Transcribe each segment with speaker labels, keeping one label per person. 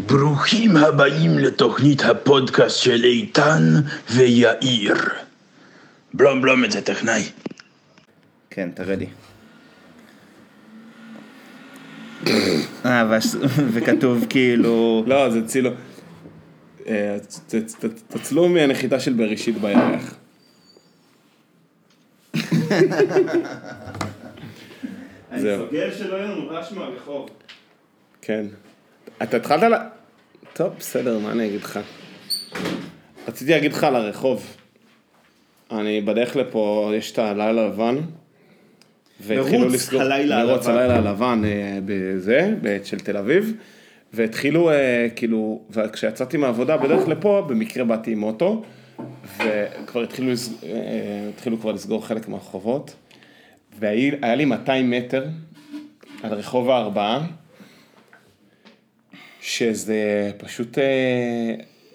Speaker 1: ברוכים הבאים לתוכנית הפודקאסט של איתן ויאיר. בלום בלום את זה טכנאי.
Speaker 2: כן, תראה לי. אה, והס- וכתוב כאילו...
Speaker 3: לא, זה צילום. אה, צ- צ- צ- תצלום מהנחיתה של בראשית בירח. זהו,
Speaker 4: סוגר שלא יהיה לנו רעש מהרחוב.
Speaker 3: כן. אתה התחלת ל... טוב, בסדר, מה אני אגיד לך? רציתי להגיד לך על הרחוב. אני בדרך לפה, יש את הלילה הלבן. והתחילו
Speaker 2: מרוץ
Speaker 3: לסגור,
Speaker 2: הלילה
Speaker 3: מרוץ
Speaker 2: הלבן.
Speaker 3: הלילה הלבן אה, בזה, ב- של תל אביב, והתחילו אה, כאילו, וכשיצאתי מהעבודה בדרך לפה, במקרה באתי עם אוטו, וכבר התחילו, לס- אה, התחילו כבר לסגור חלק מהרחובות, והיה לי 200 מטר על רחוב הארבעה, שזה פשוט, אה,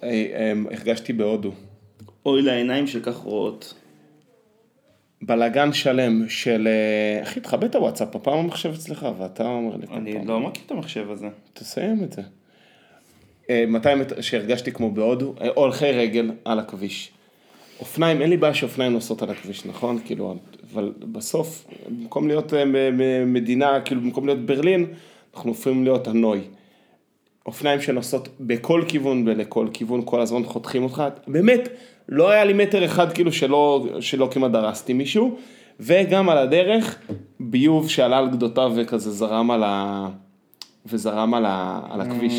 Speaker 3: אה, אה, הרגשתי בהודו.
Speaker 2: אוי לעיניים של כך רואות.
Speaker 3: בלאגן שלם של... אה, אחי, תכבה את הוואטסאפ, הפעם המחשב אצלך, ואתה אומר לי...
Speaker 2: אני
Speaker 3: "פאפאם".
Speaker 2: לא מכיר את המחשב הזה.
Speaker 3: תסיים את זה. אה, 200 מטר שהרגשתי כמו בהודו, אה, הולכי רגל על הכביש. אופניים, אין לי בעיה שאופניים נוסעות על הכביש, נכון? כאילו, אבל בסוף, במקום להיות אה, מ- מ- מדינה, כאילו במקום להיות ברלין, אנחנו הופכים להיות הנוי. אופניים שנוסעות בכל כיוון ולכל כיוון, כל הזמן חותכים אותך. באמת, לא היה לי מטר אחד כאילו שלא, שלא כמעט דרסתי מישהו, וגם על הדרך, ביוב שעלה על גדותיו וכזה זרם על ה... וזרם על, ה... על הכביש.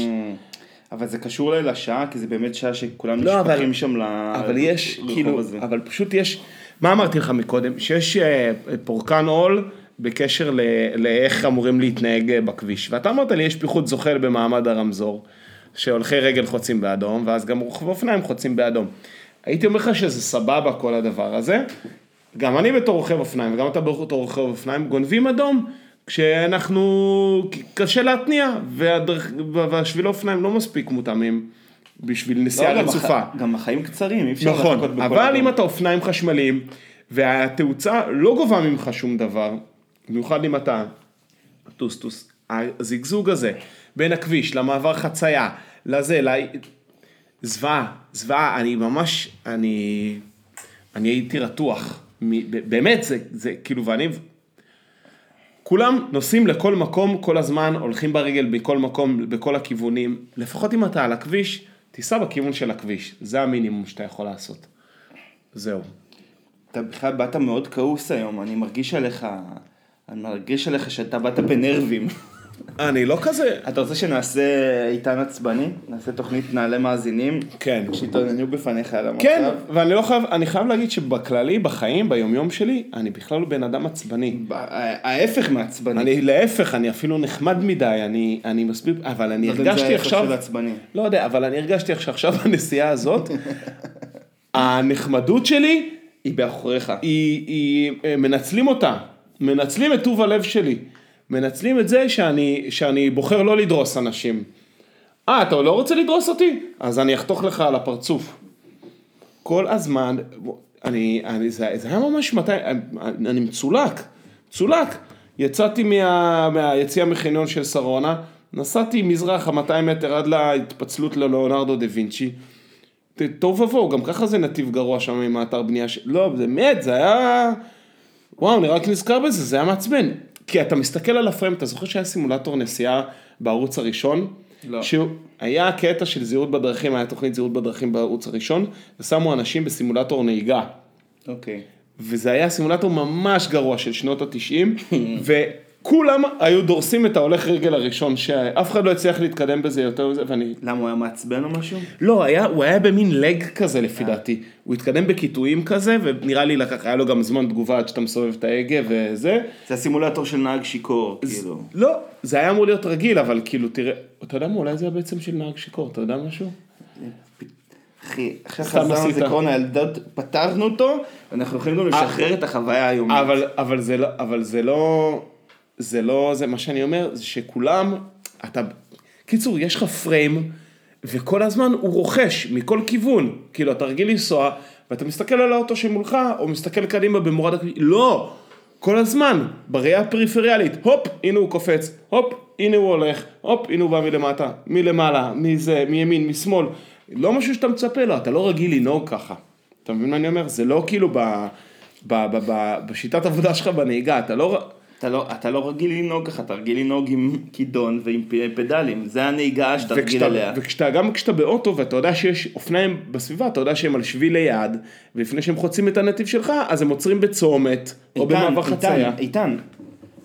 Speaker 4: אבל זה קשור אולי לשעה, כי זה באמת שעה שכולם
Speaker 3: לא, אבל-
Speaker 4: נשפכים שם ל-
Speaker 3: אבל יש,
Speaker 4: לרחוב
Speaker 3: כאילו,
Speaker 4: הזה.
Speaker 3: אבל פשוט יש, מה אמרתי לך מקודם? שיש אה, פורקן עול בקשר ל- לאיך אמורים להתנהג אה, בכביש. ואתה אמרת לי, יש פיחות זוחל במעמד הרמזור, שהולכי רגל חוצים באדום, ואז גם רוכבי אופניים חוצים באדום. הייתי אומר לך שזה סבבה כל הדבר הזה. גם אני בתור רוכב אופניים, וגם אתה בתור רוכב אופניים, גונבים אדום. כשאנחנו, קשה להתניע, והדרך- והשביל האופניים לא מספיק מותאמים בשביל נסיעה
Speaker 4: לא, גם
Speaker 3: רצופה.
Speaker 4: הח- גם החיים קצרים, אי אפשר לחכות
Speaker 3: נכון,
Speaker 4: בכל
Speaker 3: אבל
Speaker 4: מקום.
Speaker 3: אם אתה אופניים חשמליים, והתאוצה לא גובה ממך שום דבר, במיוחד אם אתה טוסטוס, הזיגזוג הזה בין הכביש למעבר חצייה, לזה, ל... זוועה, זוועה, אני ממש, אני, אני הייתי רתוח, מ- ב- באמת, זה, זה כאילו, ואני, כולם נוסעים לכל מקום כל הזמן, הולכים ברגל בכל מקום, בכל הכיוונים. לפחות אם אתה על הכביש, תיסע בכיוון של הכביש. זה המינימום שאתה יכול לעשות. זהו.
Speaker 4: אתה בכלל באת מאוד כעוס היום, אני מרגיש עליך... אני מרגיש עליך שאתה באת בנרבים.
Speaker 3: אני לא כזה...
Speaker 4: אתה רוצה שנעשה איתן עצבני? נעשה תוכנית נעלי מאזינים?
Speaker 3: כן.
Speaker 4: שיתעוננו בפניך על המצב?
Speaker 3: כן, ואני לא חייב, אני חייב להגיד שבכללי, בחיים, ביומיום שלי, אני בכלל לא בן אדם עצבני.
Speaker 4: ב- ה- ההפך מעצבני.
Speaker 3: אני להפך, אני אפילו נחמד מדי, אני, אני מספיק, אבל אני
Speaker 4: לא יודע אם זה
Speaker 3: הרגשתי
Speaker 4: ההפך
Speaker 3: עכשיו...
Speaker 4: של עצבני.
Speaker 3: לא יודע, אבל אני הרגשתי איך שעכשיו הנסיעה הזאת, הנחמדות שלי, היא באחוריך. היא, היא, אה, מנצלים אותה. מנצלים את טוב הלב שלי. מנצלים את זה שאני, שאני בוחר לא לדרוס אנשים. אה, אתה לא רוצה לדרוס אותי? אז אני אחתוך לך על הפרצוף. כל הזמן, אני, אני, זה, זה היה ממש מתי, אני, אני מצולק, מצולק. יצאתי מה, מהיציע מחניון של שרונה, נסעתי מזרחה 200 מטר עד להתפצלות ללאונרדו דה וינצ'י. ת- תוהו ובוהו, גם ככה זה נתיב גרוע שם עם האתר בנייה ש... לא, באמת, זה היה... וואו, אני רק נזכר בזה, זה היה מעצבן. כי אתה מסתכל על הפריים, אתה זוכר שהיה סימולטור נסיעה בערוץ הראשון?
Speaker 4: לא.
Speaker 3: שהיה קטע של זהירות בדרכים, היה תוכנית זהירות בדרכים בערוץ הראשון, ושמו אנשים בסימולטור נהיגה.
Speaker 4: אוקיי.
Speaker 3: וזה היה סימולטור ממש גרוע של שנות התשעים, וכולם היו דורסים את ההולך רגל הראשון, שאף אחד לא הצליח להתקדם בזה יותר מזה, ואני...
Speaker 4: למה הוא היה מעצבן או משהו?
Speaker 3: לא, היה, הוא היה במין לג כזה לפי דעתי. הוא התקדם בקיטויים כזה, ונראה לי לקח, היה לו גם זמן תגובה עד שאתה מסובב את ההגה וזה.
Speaker 4: זה הסימולטור של נהג שיכור, כאילו.
Speaker 3: לא, זה היה אמור להיות רגיל, אבל כאילו, תראה, אתה יודע מה, אולי זה היה בעצם של נהג שיכור, אתה יודע משהו?
Speaker 4: אחי, עכשיו
Speaker 3: סתם
Speaker 4: חזרנו
Speaker 3: עשית.
Speaker 4: לזיכרון הילדות, פתרנו אותו, אנחנו יכולים גם לשחרר את החוויה היומית.
Speaker 3: אבל, אבל זה לא, אבל זה לא, זה לא, זה מה שאני אומר, זה שכולם, אתה, קיצור, יש לך פריים, וכל הזמן הוא רוכש מכל כיוון, כאילו, אתה רגיל לנסוע, ואתה מסתכל על האוטו שמולך, או מסתכל קדימה במורד הכביש, לא, כל הזמן, בראייה הפריפריאלית, הופ, הנה הוא קופץ, הופ, הנה הוא הולך, הופ, הנה הוא בא מלמטה, מלמעלה, מזה, מימין, משמאל. לא משהו שאתה מצפה לו, אתה לא רגיל לנהוג ככה. אתה מבין מה אני אומר? זה לא כאילו ב, ב, ב, ב, בשיטת עבודה שלך בנהיגה, אתה לא... ר-
Speaker 4: אתה לא, אתה לא רגיל לנהוג ככה, אתה רגיל לנהוג עם כידון ועם פ- פדלים, זה הנהיגה שאתה רגיל
Speaker 3: וכשאתה,
Speaker 4: אליה.
Speaker 3: וכשאתה, גם כשאתה באוטו ואתה יודע שיש אופניים בסביבה, אתה יודע שהם על שביל ליד, ולפני שהם חוצים את הנתיב שלך, אז הם עוצרים בצומת, או
Speaker 4: איתן,
Speaker 3: במעבר
Speaker 4: איתן,
Speaker 3: חצייה.
Speaker 4: איתן,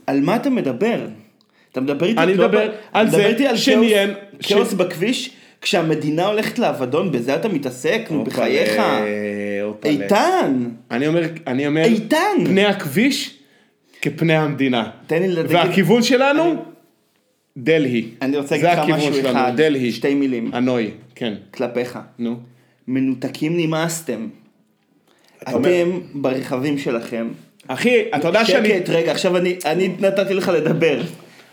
Speaker 4: על מה אתה מדבר? אתה מדבר איתי
Speaker 3: אני
Speaker 4: לא
Speaker 3: מדבר
Speaker 4: ב-
Speaker 3: על
Speaker 4: מדבר
Speaker 3: זה
Speaker 4: איתי על
Speaker 3: שנהיין-
Speaker 4: כאוס, כאוס
Speaker 3: ש-
Speaker 4: בכביש, כשהמדינה הולכת לאבדון, בזה אתה מתעסק, נו
Speaker 3: הופלה,
Speaker 4: בחייך.
Speaker 3: אה, הופלה.
Speaker 4: איתן,
Speaker 3: אני אומר, אני אומר,
Speaker 4: איתן!
Speaker 3: פני הכביש כפני המדינה.
Speaker 4: תן לי לדקת-
Speaker 3: והכיוון שלנו, דלהי.
Speaker 4: אני רוצה
Speaker 3: זה
Speaker 4: להגיד לך
Speaker 3: הכיוון
Speaker 4: משהו
Speaker 3: שלנו,
Speaker 4: אחד,
Speaker 3: דלהי.
Speaker 4: שתי מילים,
Speaker 3: הנוי, כן,
Speaker 4: כלפיך.
Speaker 3: נו.
Speaker 4: מנותקים נמאסתם. אתם ברכבים שלכם.
Speaker 3: אחי, אתה
Speaker 4: כן,
Speaker 3: יודע שאני...
Speaker 4: שקט, רגע, עכשיו אני, אני נתתי לך לדבר.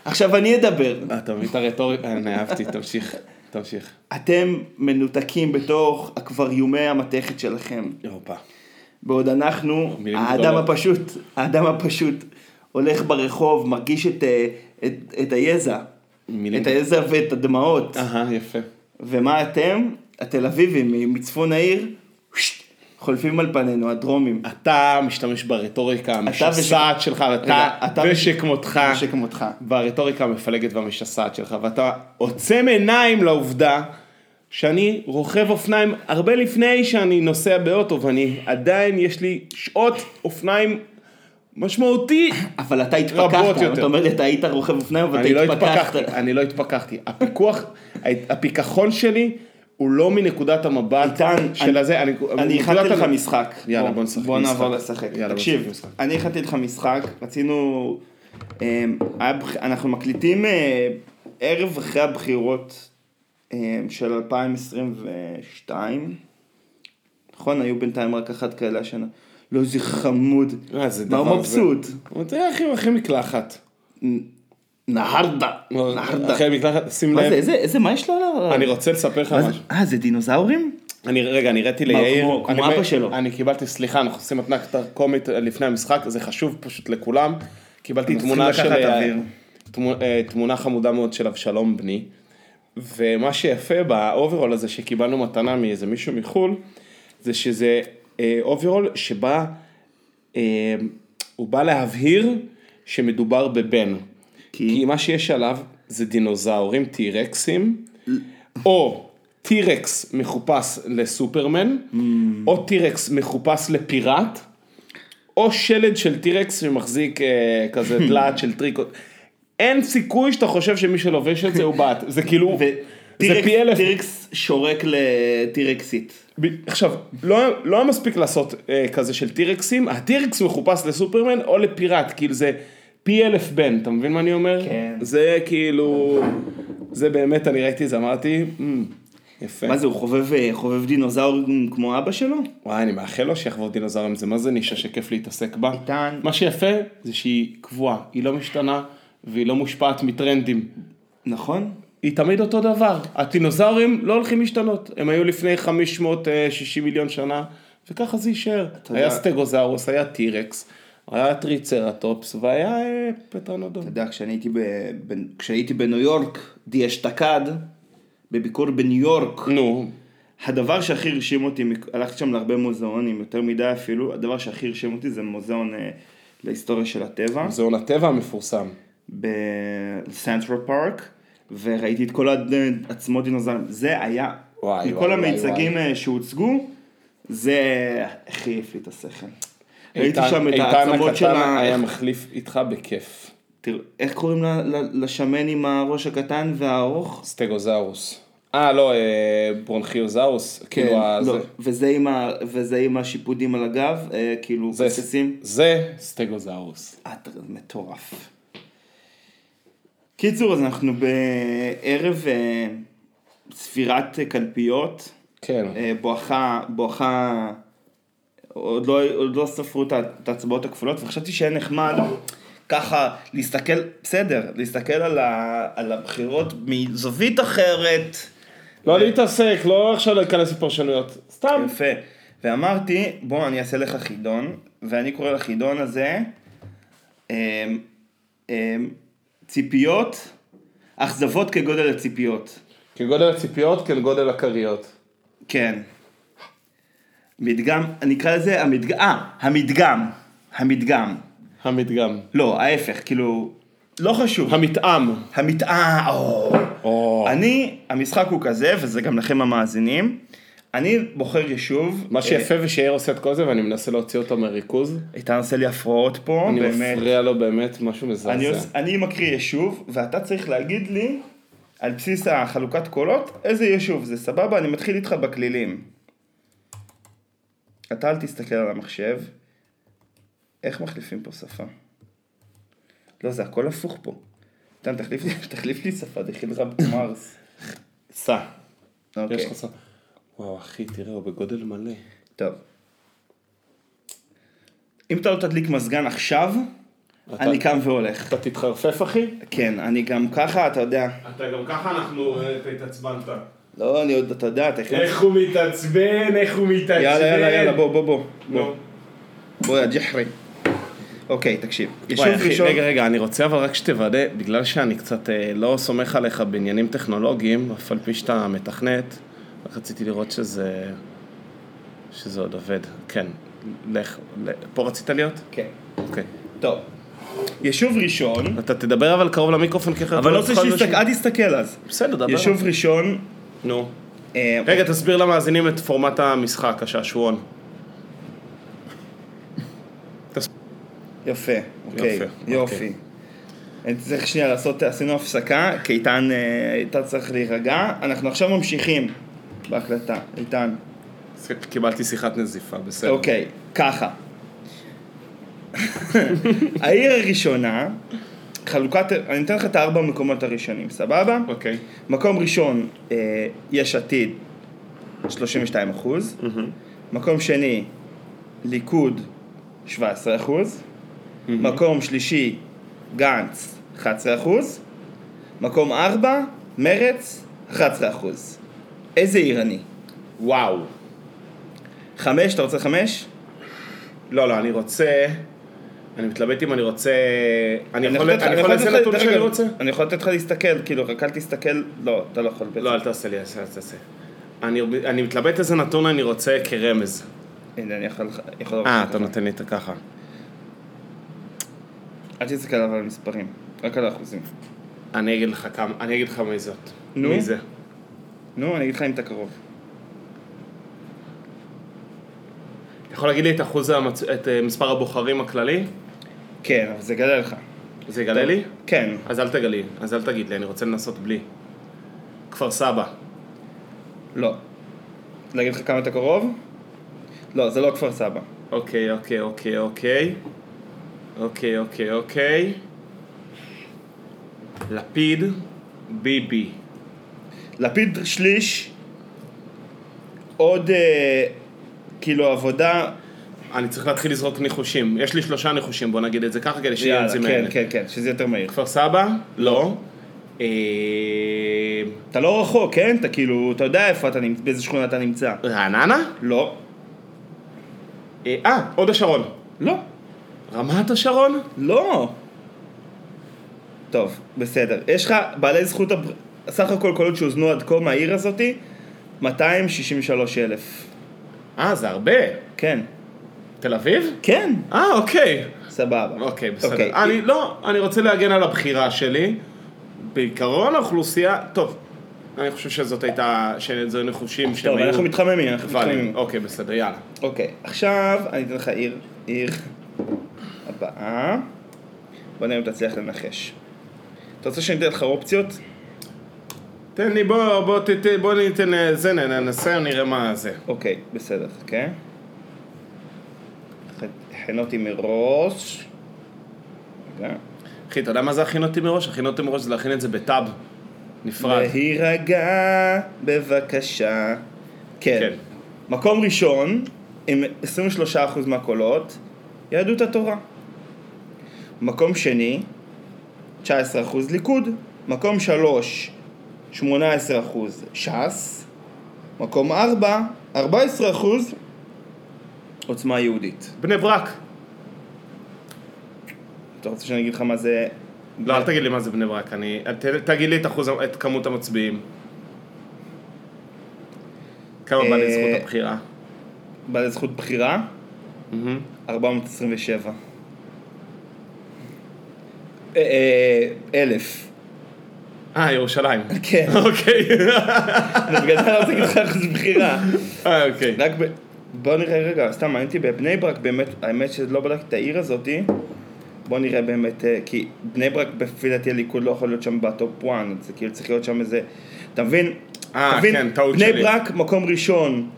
Speaker 4: עכשיו אני אדבר.
Speaker 3: אה, אתה מבין את הרטוריקה? אה, אני אהבתי, תמשיך, תמשיך.
Speaker 4: אתם מנותקים בתוך אקווריומי המתכת שלכם.
Speaker 3: הופה.
Speaker 4: בעוד אנחנו,
Speaker 3: מילים
Speaker 4: האדם
Speaker 3: גדולות.
Speaker 4: הפשוט, האדם הפשוט, הולך ברחוב, מרגיש את, אה, את, את היזע.
Speaker 3: מילים-
Speaker 4: את היזע ואת הדמעות.
Speaker 3: אהה, יפה.
Speaker 4: ומה אתם? התל אביבים מצפון העיר, שט, חולפים על פנינו, הדרומים.
Speaker 3: אתה משתמש ברטוריקה המשסעת שלך,
Speaker 4: רגע,
Speaker 3: ואתה
Speaker 4: אתה
Speaker 3: ושכמותך,
Speaker 4: ושכמותך.
Speaker 3: ברטוריקה המפלגת והמשסעת שלך, ואתה עוצם עיניים לעובדה שאני רוכב אופניים הרבה לפני שאני נוסע באוטו, ואני עדיין יש לי שעות אופניים משמעותי.
Speaker 4: אבל אתה
Speaker 3: רבות
Speaker 4: התפכחת,
Speaker 3: יותר.
Speaker 4: אתה אומר לי, אתה היית רוכב אופניים ואתה
Speaker 3: אני לא
Speaker 4: התפכחת.
Speaker 3: התפכחתי, אני לא התפכחתי. הפיקוח, הפיכחון שלי הוא לא מנקודת המבט
Speaker 4: איתן,
Speaker 3: של הזה, אני-
Speaker 4: אני
Speaker 3: מנקודת
Speaker 4: הכנתי לך
Speaker 3: המ-
Speaker 4: משחק.
Speaker 3: יאללה,
Speaker 4: בוא-
Speaker 3: בוא נשחק
Speaker 4: בוא
Speaker 3: משחק.
Speaker 4: נעבור לשחק.
Speaker 3: יאללה, בוא
Speaker 4: תקשיב,
Speaker 3: נשחק משחק.
Speaker 4: אני הכנתי לך משחק, רצינו... אמ, היה בח- אנחנו מקליטים אה, ערב אחרי הבחירות אמ, של 2022. נכון, היו בינתיים רק אחת כאלה השנה. לא, זה חמוד.
Speaker 3: אה, זה
Speaker 4: מה
Speaker 3: דבר
Speaker 4: הוא
Speaker 3: זה.
Speaker 4: מבסוט?
Speaker 3: אבל זה הכי הכי מקלחת.
Speaker 4: נהרדה. נהרדה.
Speaker 3: אחרי מקלחת, שים
Speaker 4: מה זה,
Speaker 3: לב,
Speaker 4: איזה- איזה, מה יש לו? על ה-
Speaker 3: אני רוצה לספר לך
Speaker 4: מה זה-
Speaker 3: משהו.
Speaker 4: אה, זה דינוזאורים?
Speaker 3: אני רגע, אני הראתי
Speaker 4: מה,
Speaker 3: ליאיר.
Speaker 4: כמו-
Speaker 3: אני
Speaker 4: כמו אבא
Speaker 3: אומר-
Speaker 4: שלו.
Speaker 3: אני קיבלתי, סליחה, אנחנו עושים אתנחת קומית אה, לפני המשחק, זה חשוב פשוט לכולם. קיבלתי
Speaker 2: אנחנו
Speaker 3: תמונה
Speaker 2: צריכים
Speaker 3: של... אה,
Speaker 2: לקחת אוויר.
Speaker 3: תמו- אה, תמונה חמודה מאוד של אבשלום בני. ומה שיפה באוברול הזה שקיבלנו מתנה מאיזה מישהו מחול, זה שזה אה, אוברול שבא, אה, הוא בא להבהיר שמדובר בבן.
Speaker 4: כי?
Speaker 3: כי, כי מה שיש עליו זה דינוזאורים טירקסים, או טירקס מחופש לסופרמן, או טירקס מחופש לפיראט, או שלד של טירקס שמחזיק אה, כזה דלעת של טריקות. אין סיכוי שאתה חושב שמי שלובש את זה הוא בת, זה כאילו, זה פי אלף.
Speaker 4: טירקס שורק לטירקסית.
Speaker 3: ב- עכשיו, לא, לא היה מספיק לעשות אה, כזה של טירקסים, הטירקס מחופש לסופרמן או לפיראט, כאילו זה פי אלף בן, אתה מבין מה אני אומר?
Speaker 4: כן.
Speaker 3: זה כאילו, זה באמת, אני ראיתי את זה, אמרתי, "מ, יפה.
Speaker 4: מה זה, הוא חובב, אה, חובב דינוזאורים כמו אבא שלו?
Speaker 3: וואי, אני מאחל לו שיחבור דינוזאורים, זה מה זה נישה שכיף להתעסק בה.
Speaker 4: איתן.
Speaker 3: מה שיפה זה שהיא קבועה, היא לא משתנה והיא לא מושפעת מטרנדים.
Speaker 4: נכון?
Speaker 3: היא תמיד אותו דבר, הטינוזאורים לא הולכים להשתנות, הם היו לפני 560 מיליון שנה, וככה זה יישאר. היה
Speaker 4: יודע-
Speaker 3: סטגוזאורוס, היה טירקס, היה טריצרטופס והיה אה, פטרנודון.
Speaker 4: אתה יודע, כשאני הייתי, ב... ב... כשהייתי בניו יורק, די אשתקד, בביקור בניו יורק,
Speaker 3: נו,
Speaker 4: הדבר שהכי הרשים אותי, מק- הלכתי שם להרבה מוזיאונים, יותר מדי אפילו, הדבר שהכי הרשים אותי זה מוזיאון אה, להיסטוריה של הטבע.
Speaker 3: מוזיאון הטבע המפורסם.
Speaker 4: בסנטרל פארק, וראיתי את כל העצמות דינוזאורים. זה היה,
Speaker 3: וואי,
Speaker 4: מכל
Speaker 3: וואי,
Speaker 4: המיצגים אה, שהוצגו, זה הכי העיף לי את השכל. ראיתי
Speaker 3: איתן-
Speaker 4: שם את
Speaker 3: איתן
Speaker 4: העצמות
Speaker 3: הקטן
Speaker 4: של ה...
Speaker 3: היה מחליף איתך בכיף,
Speaker 4: תראה, איך קוראים ל- ל- לשמן עם הראש הקטן והארוך?
Speaker 3: סטגוזאורוס. אה, לא, אה, ברונכיוזאורוס, כאילו, ה-
Speaker 4: לא.
Speaker 3: זה-
Speaker 4: וזה עם ה- וזה עם השיפודים על הגב, אה, כאילו,
Speaker 3: זה-
Speaker 4: פססים.
Speaker 3: זה סטגוזאורוס.
Speaker 4: אה, תראה, זה מטורף. קיצור, אז אנחנו בערב אה, ספירת אה, קלפיות.
Speaker 3: כן.
Speaker 4: אה, בואכה, בואכה, עוד לא, עוד לא ספרו את ה- את ההצבעות הכפולות, וחשבתי שיהיה נחמד ככה להסתכל, בסדר, להסתכל על, ה, על הבחירות מזווית אחרת,
Speaker 3: לא להתעסק, לא עכשיו להיכנס לפרשנויות, סתם.
Speaker 4: יפה. ואמרתי, בוא אני אעשה לך חידון, ואני קורא לחידון הזה, אמ, אמ, ציפיות אכזבות כגודל הציפיות.
Speaker 3: כגודל הציפיות, כן גודל הכריות.
Speaker 4: כן. מדגם, אני אקרא לזה המדגם, אה, המדגם, המדגם.
Speaker 3: המדגם.
Speaker 4: לא, ההפך, כאילו, לא חשוב.
Speaker 3: המתאם.
Speaker 4: המטעה,
Speaker 3: או.
Speaker 4: או. אני, המשחק הוא כזה, וזה גם לכם המאזינים, אני בוחר יישוב.
Speaker 3: מה שיפה ושאיר עושה את כל זה ואני מנסה להוציא אותו מריכוז.
Speaker 4: אה, איתן עושה לי הפרעות פה,
Speaker 3: אני
Speaker 4: באמת.
Speaker 3: מפריע לו באמת משהו מזעזע.
Speaker 4: אני, עוש... אני מקריא יישוב, ואתה צריך להגיד לי, על בסיס החלוקת קולות, איזה יישוב זה, סבבה? אני מתחיל איתך בכלילים. אתה אל תסתכל על המחשב. איך מחליפים פה שפה? לא, זה הכל הפוך פה. איתן, תחליף לי, תחליף לי שפה, דחילך במרס.
Speaker 3: סע.
Speaker 4: אוקיי,
Speaker 3: יש לך סע. וואו אחי תראה הוא בגודל מלא.
Speaker 4: טוב. אם אתה לא תדליק מזגן עכשיו,
Speaker 3: אתה-
Speaker 4: אני קם והולך.
Speaker 3: אתה תתחרפף אחי?
Speaker 4: כן, אני גם ככה, אתה יודע.
Speaker 3: אתה גם ככה אנחנו אה, התעצבנת.
Speaker 4: לא, אני עוד, אתה יודע, אתה
Speaker 3: איך הוא מתעצבן, איך הוא מתעצבן.
Speaker 4: יאללה, יאללה, יאללה, בוא, בוא, בוא.
Speaker 3: נו.
Speaker 4: בוא, יא ג'חרי. אוקיי, תקשיב. יישוב
Speaker 3: וואי, אחי,
Speaker 4: ראשון...
Speaker 3: רגע, רגע, אני רוצה אבל רק שתוודא, בגלל שאני קצת אה, לא סומך עליך בעניינים טכנולוגיים, אף על פי שאתה מתכנת, רק רציתי לראות שזה... שזה עוד עובד. כן, לך, ל- פה רצית להיות?
Speaker 4: כן.
Speaker 3: אוקיי.
Speaker 4: טוב. יישוב ראשון,
Speaker 3: אתה תדבר אבל קרוב למיקרופון, כי אחרת...
Speaker 4: אבל לא
Speaker 3: לא
Speaker 4: רוצה
Speaker 3: תוכל
Speaker 4: שיסתכל,
Speaker 3: לשמוע.
Speaker 4: אל תסתכל אז.
Speaker 3: בסדר, דבר.
Speaker 4: יישוב ראשון,
Speaker 3: נו.
Speaker 4: אה,
Speaker 3: רגע, תסביר למאזינים את פורמט המשחק, השעשועון.
Speaker 4: יפה, אוקיי,
Speaker 3: יפה, אוקיי.
Speaker 4: יופי. אני צריך שנייה לעשות, עשינו הפסקה, כי איתן, אה, איתן צריך להירגע. אנחנו עכשיו ממשיכים בהקלטה, איתן.
Speaker 3: קיבלתי שיחת נזיפה, בסדר.
Speaker 4: אוקיי, ככה. העיר הראשונה, חלוקת, אני אתן לך את הארבע מקומות הראשונים, סבבה?
Speaker 3: אוקיי.
Speaker 4: מקום ראשון, אה, יש עתיד, 32 אחוז. מקום שני, ליכוד, 17 אחוז. מקום שלישי, גנץ, 11 אחוז. מקום ארבע, מרץ, 11 אחוז. איזה עיר אני?
Speaker 3: וואו.
Speaker 4: חמש, אתה רוצה חמש?
Speaker 3: לא, לא, אני רוצה... אני מתלבט אם אני רוצה... אני יכול
Speaker 4: לתת לך-
Speaker 3: אני יכול
Speaker 4: לתת
Speaker 3: לתת
Speaker 4: לך-
Speaker 3: נתון
Speaker 4: דרך
Speaker 3: שאני
Speaker 4: אגב,
Speaker 3: רוצה?
Speaker 4: אני יכול לתת לך להסתכל, כאילו, רק אל תסתכל, לא, אתה לא יכול בעצם.
Speaker 3: לא, אל תעשה לי, אל תעשה. אני אני מתלבט איזה נתון אני רוצה כרמז.
Speaker 4: הנה, אני יכול לך, יכול
Speaker 3: אה,
Speaker 4: לך.
Speaker 3: אתה נותן לי את הככה.
Speaker 4: אל תסתכל אבל על המספרים, רק על האחוזים.
Speaker 3: אני אגיד לך כמה, אני אגיד לך מי זאת.
Speaker 4: נו.
Speaker 3: מי זה?
Speaker 4: נו, אני אגיד לך אם אתה קרוב.
Speaker 3: אתה יכול להגיד לי את אחוז, המצ... את אה, מספר הבוחרים הכללי?
Speaker 4: כן, אבל זה גלה לך.
Speaker 3: זה יגלה לי?
Speaker 4: כן,
Speaker 3: אז אל תגלי, אז אל תגיד לי, אני רוצה לנסות בלי. כפר סבא.
Speaker 4: לא. להגיד לך כמה אתה קרוב? לא, זה לא כפר סבא.
Speaker 3: אוקיי, אוקיי, אוקיי, אוקיי. אוקיי, אוקיי, אוקיי. לפיד, ביבי.
Speaker 4: לפיד שליש, עוד אה, כאילו עבודה,
Speaker 3: אני צריך להתחיל לזרוק ניחושים. יש לי שלושה ניחושים, בוא נגיד את זה ככה, כדי שיהיה
Speaker 4: יאללה,
Speaker 3: יוצאים
Speaker 4: כן,
Speaker 3: מהילד.
Speaker 4: כן, כן, שזה יותר מהיר.
Speaker 3: כפר סבא? לא. אה,
Speaker 4: אתה לא רחוק, כן? אתה כאילו, אתה יודע איפה אתה נמצא, באיזה שכונה אתה נמצא.
Speaker 3: רעננה?
Speaker 4: לא.
Speaker 3: אה, אה, הוד השרון.
Speaker 4: לא.
Speaker 3: רמת השרון?
Speaker 4: לא. טוב, בסדר. יש לך בעלי זכות, הבר... סך הכל קולות שהוזנו עד כה מהעיר הזאתי, 263 אלף.
Speaker 3: אה, זה הרבה.
Speaker 4: כן.
Speaker 3: תל אביב?
Speaker 4: כן.
Speaker 3: אה, אוקיי.
Speaker 4: סבבה.
Speaker 3: אוקיי, בסדר.
Speaker 4: אוקיי.
Speaker 3: אה, אני לא, אני רוצה להגן על הבחירה שלי. בעיקרון האוכלוסייה, טוב, אני חושב שזאת הייתה, שזה נחושים שהם
Speaker 4: טוב,
Speaker 3: היו...
Speaker 4: אנחנו מתחממים, אנחנו מתחממים.
Speaker 3: ואני- אוקיי, בסדר, יאללה.
Speaker 4: אוקיי, עכשיו אני אתן לך עיר, עיר הבאה. בוא נראה אם תצליח לנחש. אתה רוצה שאני אתן לך אופציות?
Speaker 3: תן לי, בוא, בוא, תת- בוא ניתן אה, זה, נ- ננסה, נראה מה זה.
Speaker 4: אוקיי, בסדר, חכה. חנותי מראש. רגע.
Speaker 3: אחי, אתה יודע מה זה הכין אותי מראש? הכין אותי מראש זה להכין את זה בטאב נפרד.
Speaker 4: להירגע, בבקשה. כן.
Speaker 3: כן.
Speaker 4: מקום ראשון, עם 23% מהקולות, יהדות התורה. מקום שני, 19% ליכוד. מקום שלוש, 18% ש"ס. מקום ארבע, 14% עוצמה יהודית.
Speaker 3: בני ברק.
Speaker 4: אתה רוצה שאני אגיד לך מה זה
Speaker 3: לא, אל תגיד לי מה זה בני ברק, אני... ת- תגיד לי את אחוז, את כמות המצביעים. כמה בא לי
Speaker 4: אה,
Speaker 3: זכות הבחירה?
Speaker 4: בעלי זכות בחירה, 427. אה, אה, אלף.
Speaker 3: אה, ירושלים.
Speaker 4: כן,
Speaker 3: אוקיי.
Speaker 4: בגלל זה אני רוצה להגיד לך אחוז בחירה.
Speaker 3: אה, אוקיי.
Speaker 4: רק ב... בוא נראה רגע, סתם הייתי בבני ברק, באמת, האמת שלא בדקתי את העיר הזאתי. בוא נראה באמת, אה, כי בני ברק לפי דעתי הליכוד לא יכול להיות שם בטופ 1, זה כאילו צריך להיות שם איזה, אתה מבין?
Speaker 3: אה,
Speaker 4: אתה מבין?
Speaker 3: כן, טעות
Speaker 4: בני
Speaker 3: שלי.
Speaker 4: ברק, מקום ראשון,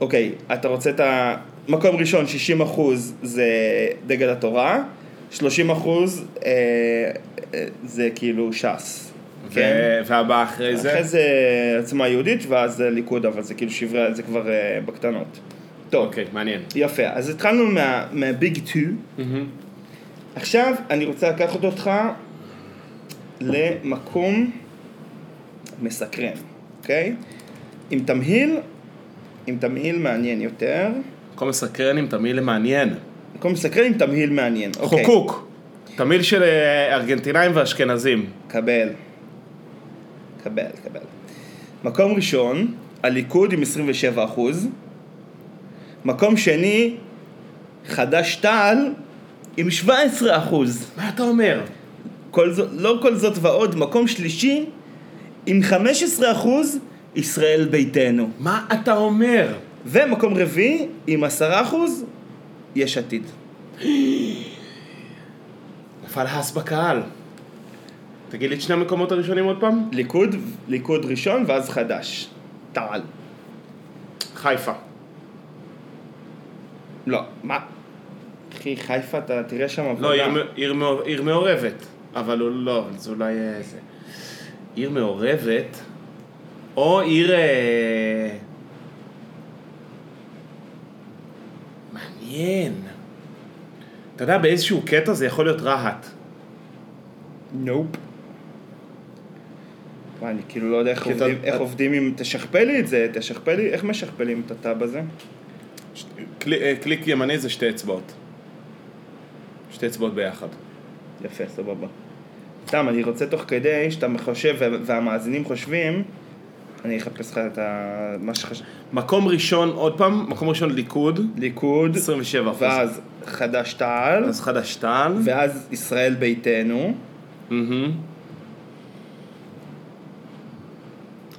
Speaker 4: אוקיי, אתה רוצה את ה... מקום ראשון, 60 אחוז זה דגל התורה, 30 אחוז אה, אה, זה כאילו ש"ס. כן?
Speaker 3: ו- והבא אחרי זה?
Speaker 4: אחרי זה עצמה יהודית ואז זה ליכוד, אבל זה כאילו שברי, זה כבר אה, בקטנות. טוב,
Speaker 3: אוקיי, מעניין.
Speaker 4: יפה, אז התחלנו מה- מהביג 2, עכשיו אני רוצה לקחת אותך למקום מסקרן, אוקיי? עם תמהיל, עם תמהיל מעניין יותר,
Speaker 3: מקום מסקרן עם תמהיל למעניין.
Speaker 4: מקום מסקרן עם תמהיל מעניין, אוקיי?
Speaker 3: חוקוק. תמהיל של אה, ארגנטינאים ואשכנזים.
Speaker 4: קבל. קבל, קבל. מקום ראשון, הליכוד עם 27 אחוז. מקום שני, חד"ש-תע"ל עם 17 אחוז.
Speaker 3: מה אתה אומר?
Speaker 4: כל זאת, לא כל זאת ועוד, מקום שלישי, עם 15 אחוז, ישראל ביתנו.
Speaker 3: מה אתה אומר?
Speaker 4: ומקום רביעי, עם 10 אחוז, יש עתיד.
Speaker 3: נפל האס בקהל. תגיד לי את שני המקומות הראשונים עוד פעם.
Speaker 4: ליכוד, ליכוד ראשון ואז חד"ש. תע"ל.
Speaker 3: חיפה.
Speaker 4: לא, מה? אחי, חיפה, אתה תראה שם עבודה.
Speaker 3: לא, עיר מ- עיר מעור- עיר מעורבת. אבל הוא לא, אבל זה אולי אה, זה. עיר מעורבת, או עיר... אה, מעניין. אתה יודע, באיזשהו קטע זה יכול להיות רהט.
Speaker 4: נופ. וואי, אני כאילו לא יודע איך
Speaker 3: כי אתה-
Speaker 4: עובדים, איך
Speaker 3: את-
Speaker 4: עובדים עם... תשכפל לי את זה, תשכפל לי, איך משכפלים את הטאב הזה?
Speaker 3: ש- קלי- אה, קליק ימני זה שתי אצבעות. שתי אצבעות ביחד.
Speaker 4: יפה, סבבה. סתם, אני רוצה תוך כדי שאתה חושב וה- והמאזינים חושבים, אני אחפש לך את ה... מה שחשב...
Speaker 3: מקום ראשון, עוד פעם, מקום ראשון ליכוד,
Speaker 4: ליכוד,
Speaker 3: 27 אחוז.
Speaker 4: ואז חד"ש-תע"ל,
Speaker 3: אז חד"ש-תע"ל.
Speaker 4: ואז ישראל ביתנו.
Speaker 3: מהמם.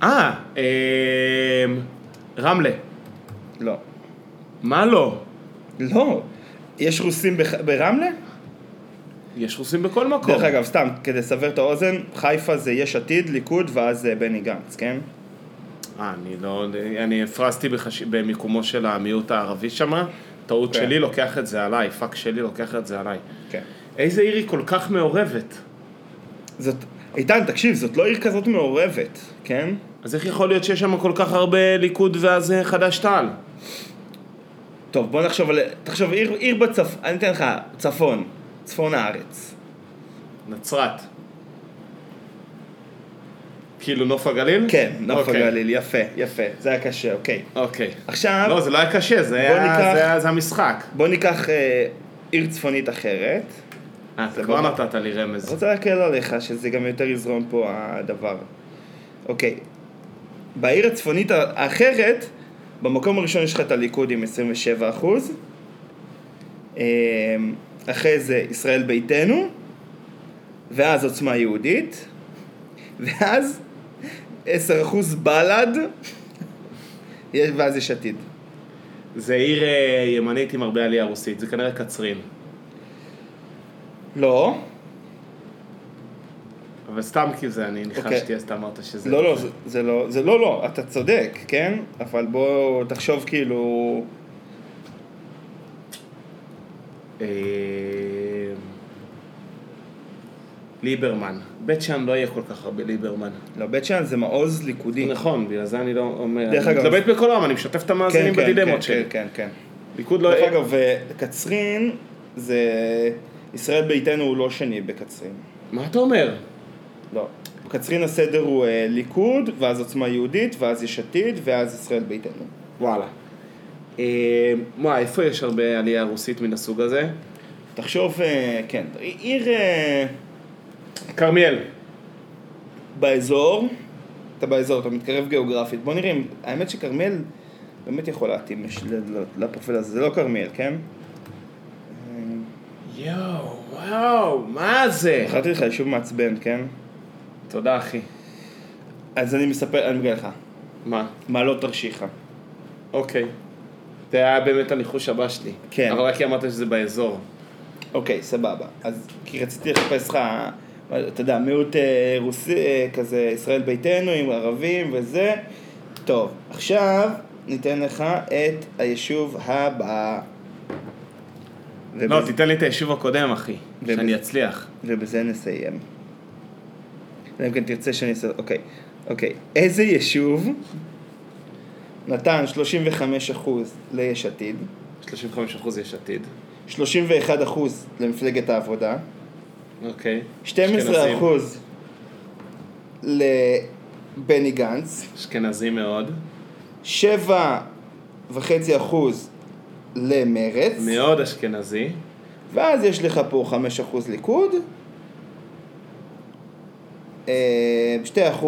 Speaker 3: אה, אמ, רמלה.
Speaker 4: לא.
Speaker 3: מה לא?
Speaker 4: לא. יש רוסים בח... ברמלה?
Speaker 3: יש רוסים בכל מקום.
Speaker 4: דרך אגב, סתם, כדי לסבר את האוזן, חיפה זה יש עתיד, ליכוד, ואז אה, בני גנץ, כן?
Speaker 3: אה, אני לא... אני הפרזתי בחש... במיקומו של המיעוט הערבי שמה. טעות
Speaker 4: כן.
Speaker 3: שלי לוקח את זה עליי, פאק שלי לוקח את זה עליי.
Speaker 4: כן.
Speaker 3: איזה עיר היא כל כך מעורבת?
Speaker 4: זאת, איתן, תקשיב, זאת לא עיר כזאת מעורבת, כן?
Speaker 3: אז איך יכול להיות שיש שם כל כך הרבה ליכוד ואז אה, חד"ש-תע"ל?
Speaker 4: טוב, בוא נחשוב על... תחשוב, עיר, עיר בצפון, אני אתן לך, צפון, צפון הארץ.
Speaker 3: נצרת. כאילו נוף הגליל?
Speaker 4: כן, נוף
Speaker 3: אוקיי.
Speaker 4: הגליל, יפה, יפה, זה היה קשה, אוקיי.
Speaker 3: אוקיי.
Speaker 4: עכשיו,
Speaker 3: לא, זה לא היה קשה, זה היה,
Speaker 4: ניקח-
Speaker 3: זה היה, זה המשחק.
Speaker 4: בוא ניקח אה, עיר צפונית אחרת.
Speaker 3: אה, אתה
Speaker 4: כבר
Speaker 3: כבר נתת לי
Speaker 4: אני
Speaker 3: רמז.
Speaker 4: רוצה להקל עליך, שזה גם יותר יזרום פה הדבר. אוקיי. בעיר הצפונית האחרת, במקום הראשון יש לך את הליכוד עם 27 אחוז. אמ, אחרי זה ישראל ביתנו, ואז עוצמה יהודית, ואז 10 אחוז בל"ד, יש- ואז יש עתיד.
Speaker 3: זה עיר אה, ימנית עם הרבה עלייה רוסית, זה כנראה קצרין.
Speaker 4: לא,
Speaker 3: אבל סתם כי זה, אני ניחשתי,
Speaker 4: אוקיי.
Speaker 3: אז אתה אמרת שזה...
Speaker 4: לא, לא, זה- זה לא, זה לא, לא, אתה צודק, כן? אבל בוא תחשוב כאילו...
Speaker 3: אה, ליברמן. בית שאן לא יהיה כל כך הרבה ליברמן.
Speaker 4: לא, בית שאן זה מעוז ליכודי.
Speaker 3: נכון, בגלל זה אני לא אומר...
Speaker 4: דרך
Speaker 3: אני
Speaker 4: אגב-
Speaker 3: מתלבט בכל העם, אני משתף את המאזינים בדילמות שלי.
Speaker 4: כן, כן, כן.
Speaker 3: ליכוד לא...
Speaker 4: דרך אגב, אה, קצרין זה... ישראל ביתנו הוא לא שני בקצרין.
Speaker 3: מה אתה אומר?
Speaker 4: לא. בקצרין הסדר הוא אה, ליכוד, ואז עוצמה יהודית, ואז יש עתיד, ואז ישראל ביתנו.
Speaker 3: וואלה. אה, וואי, איפה יש הרבה עלייה רוסית מן הסוג הזה?
Speaker 4: תחשוב, אה, כן, עיר... אה,
Speaker 3: כרמיאל.
Speaker 4: באזור, אתה באזור, אתה מתקרב גיאוגרפית. בוא נראה, אם- האמת שכרמיאל באמת יכול להתאים לש- ל- ל- לפרופיל הזה, זה לא כרמיאל, כן?
Speaker 3: יואו, וואו, מה זה?
Speaker 4: החלטתי לך יישוב מעצבן, כן?
Speaker 3: תודה אחי.
Speaker 4: אז אני מספר, אני מגלה לך,
Speaker 3: מה?
Speaker 4: מעלות לא תרשיחא.
Speaker 3: אוקיי. זה היה באמת הניחוש הבא שלי.
Speaker 4: כן.
Speaker 3: אבל רק כי אמרת שזה באזור.
Speaker 4: אוקיי, סבבה. אז כי רציתי לחפש לך, אתה יודע, מיעוט אה, רוסי, אה, כזה ישראל ביתנו עם ערבים וזה. טוב, עכשיו ניתן לך את היישוב הבא.
Speaker 3: לא,
Speaker 4: ובזה,
Speaker 3: תיתן לי את היישוב הקודם אחי.
Speaker 4: ובזה-
Speaker 3: שאני אצליח.
Speaker 4: ובזה נסיים. אלא אם כן תרצה שאני אעשה... אוקיי, אוקיי. איזה יישוב נתן 35% ליש עתיד,
Speaker 3: 35% יש עתיד.
Speaker 4: 31% למפלגת העבודה,
Speaker 3: אוקיי.
Speaker 4: 12%
Speaker 3: אשכנזים.
Speaker 4: לבני גנץ,
Speaker 3: אשכנזים מאוד.
Speaker 4: 7.5% למרץ,
Speaker 3: מאוד אשכנזי.
Speaker 4: ואז יש לך פה 5% ליכוד, אה, 2%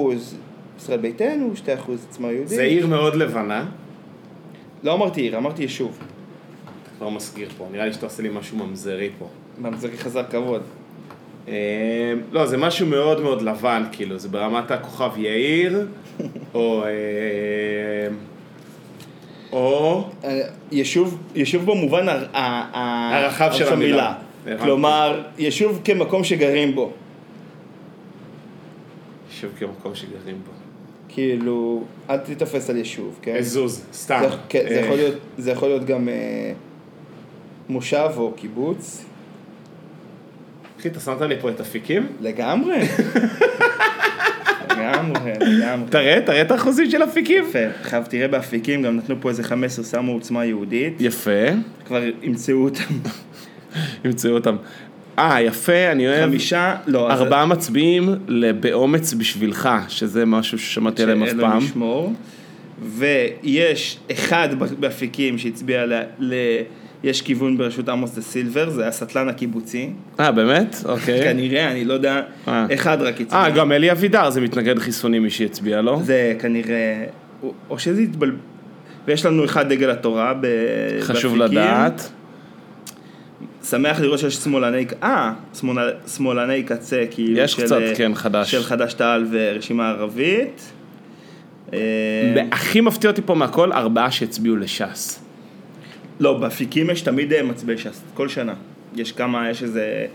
Speaker 4: ישראל ביתנו, 2% עצמה יהודית.
Speaker 3: זה עיר מאוד לבנה.
Speaker 4: לא אמרתי עיר, אמרתי יישוב.
Speaker 3: אתה כבר מסגיר פה. נראה לי שאתה עושה לי משהו ממזרי פה.
Speaker 4: ממזרי חזר כבוד.
Speaker 3: אה, לא, זה משהו מאוד מאוד לבן, כאילו, זה ברמת הכוכב יאיר, או... אה, או...
Speaker 4: אה, יישוב, יישוב במובן הר- ה- ה-
Speaker 3: הרחב של המילה. הבנתי.
Speaker 4: כלומר, יישוב כמקום שגרים בו.
Speaker 3: יישוב כמקום שגרים בו. אה,
Speaker 4: כאילו, אל תיתפס על יישוב, כן?
Speaker 3: זוז, סתם.
Speaker 4: זה, כן, זה,
Speaker 3: אה,
Speaker 4: יכול להיות, זה יכול להיות גם אה, מושב או קיבוץ,
Speaker 3: אחי, אתה שמת לי פה את אפיקים?
Speaker 4: לגמרי. לגמרי, לגמרי.
Speaker 3: תראה, תראה את האחוזים של אפיקים.
Speaker 4: יפה, עכשיו תראה באפיקים, גם נתנו פה איזה 15, שמו עוצמה יהודית,
Speaker 3: יפה,
Speaker 4: כבר ימצאו אותם.
Speaker 3: ימצאו אותם. אה, יפה, אני אוהב.
Speaker 4: חמישה, לא, אז-
Speaker 3: ארבעה מצביעים ל- באומץ בשבילך, שזה משהו ששמעתי עליהם לא אף
Speaker 4: שאלוהים
Speaker 3: פעם.
Speaker 4: ישמור. ויש אחד באפיקים שהצביע ל... ל... יש כיוון בראשות עמוס דה סילבר, זה הסטלן הקיבוצי.
Speaker 3: אה, באמת? אוקיי.
Speaker 4: כנראה, כן, אני לא יודע,
Speaker 3: אה.
Speaker 4: אחד רק הצביע.
Speaker 3: אה, גם לא? אלי אבידר זה מתנגד חיסוני מי שהצביע לו.
Speaker 4: זה כנראה, או שזה התבל... ויש לנו אחד דגל התורה ב...
Speaker 3: חשוב
Speaker 4: באפיקים.
Speaker 3: לדעת.
Speaker 4: שמח לראות שיש שמאלני, אה, שמאל- שמאלני קצה, כאילו,
Speaker 3: יש
Speaker 4: של,
Speaker 3: קצת, כן, חדש.
Speaker 4: של חד"ש-תע"ל ורשימה ערבית. אה,
Speaker 3: הכי מפתיע אותי פה מהכל, ארבעה שהצביעו לש"ס.
Speaker 4: לא, באפיקים יש תמיד אה, מצביעי ש"ס, כל שנה. יש כמה, יש איזה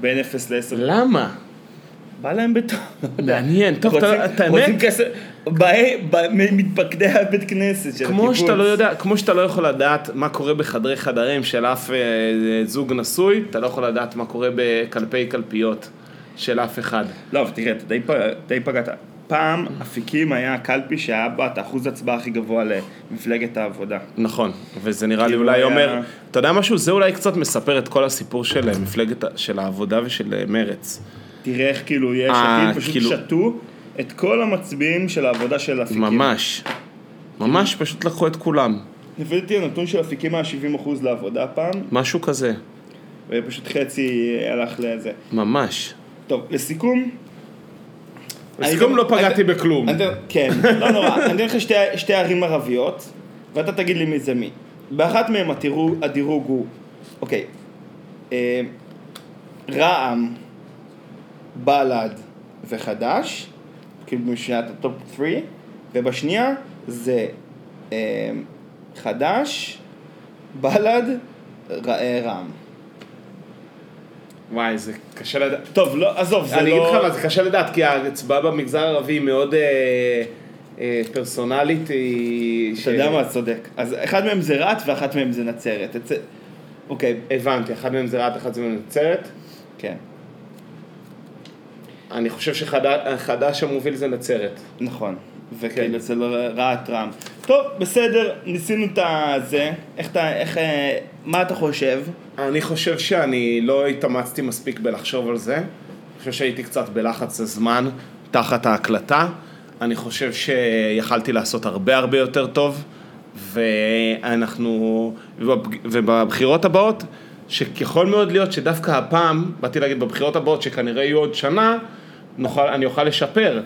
Speaker 4: בין 0
Speaker 3: אה,
Speaker 4: ל-10.
Speaker 3: למה?
Speaker 4: בא להם בטוב. לא
Speaker 3: מעניין, טוב,
Speaker 4: רוצים-
Speaker 3: אתה- אתה
Speaker 4: רוצים
Speaker 3: האמת,
Speaker 4: כסף, באי- ב- מ- מתפקדי הבית כנסת של
Speaker 3: כמו שאתה
Speaker 4: הקיבוץ.
Speaker 3: לא יודע, כמו שאתה לא יכול לדעת מה קורה בחדרי חדרים של אף אה, אה, זוג נשוי, אתה לא יכול לדעת מה קורה בקלפי קלפיות של אף אחד.
Speaker 4: לא, אבל תראה, אתה די, פ... די פגעת. פעם אפיקים היה הקלפי שהיה בה את האחוז הצבעה הכי גבוה למפלגת העבודה.
Speaker 3: נכון, וזה נראה לי
Speaker 4: כאילו
Speaker 3: אולי
Speaker 4: היה-
Speaker 3: אומר, אתה יודע משהו? זה אולי קצת מספר את כל הסיפור של אה, מפלגת, ה- של העבודה ושל אה, מרץ.
Speaker 4: תראה איך כאילו יש
Speaker 3: אה,
Speaker 4: עתיד פשוט
Speaker 3: כאילו-
Speaker 4: שתו את כל המצביעים של העבודה של
Speaker 3: כן.
Speaker 4: אפיקים.
Speaker 3: ממש. ממש פשוט לקחו את כולם,
Speaker 4: לפי דעתי הנתון של אפיקים היה 70% לעבודה פעם,
Speaker 3: משהו כזה,
Speaker 4: ופשוט חצי הלך לזה.
Speaker 3: ממש.
Speaker 4: טוב, לסיכום,
Speaker 3: לסיכום
Speaker 4: אני-
Speaker 3: לא פגעתי בכלום.
Speaker 4: אני אתן- כן, לא נורא. אני אתן לך שתי, שתי ערים ערביות, ואתה תגיד לי מי זה מי. באחת מהן הדירוג, הדירוג הוא, אוקיי, אה, רע"מ, בל"ד וחד"ש, כאילו משנת הטופ 3, ובשנייה זה אה, חד"ש, בל"ד, ר- אה, רע"מ.
Speaker 3: וואי, זה קשה לדעת.
Speaker 4: טוב, לא, עזוב, זה
Speaker 3: אני
Speaker 4: לא...
Speaker 3: אגיד לך מה, זה קשה לדעת, כי ההצבעה במגזר הערבי היא מאוד אה, אה, פרסונלית, היא... ש-
Speaker 4: אתה יודע מה, צודק. אז אחד מהם זה רהט ואחת מהם זה נצרת. אצל- אוקיי,
Speaker 3: הבנתי, אחד מהם זה רהט, אחד זה נצרת.
Speaker 4: כן.
Speaker 3: אני חושב שחדש המוביל זה נצרת.
Speaker 4: נכון,
Speaker 3: כן.
Speaker 4: וכאילו אצל רהט רם. טוב, בסדר, ניסינו את הזה, איך אתה, איך, אה, מה אתה חושב?
Speaker 3: אני חושב שאני לא התאמצתי מספיק בלחשוב על זה. אני חושב שהייתי קצת בלחץ הזמן תחת ההקלטה. אני חושב שיכלתי לעשות הרבה הרבה יותר טוב, ואנחנו... ובבחירות הבאות שככל מאוד להיות שדווקא הפעם, באתי להגיד בבחירות הבאות שכנראה יהיו עוד שנה, נוכל, אני אוכל לשפר,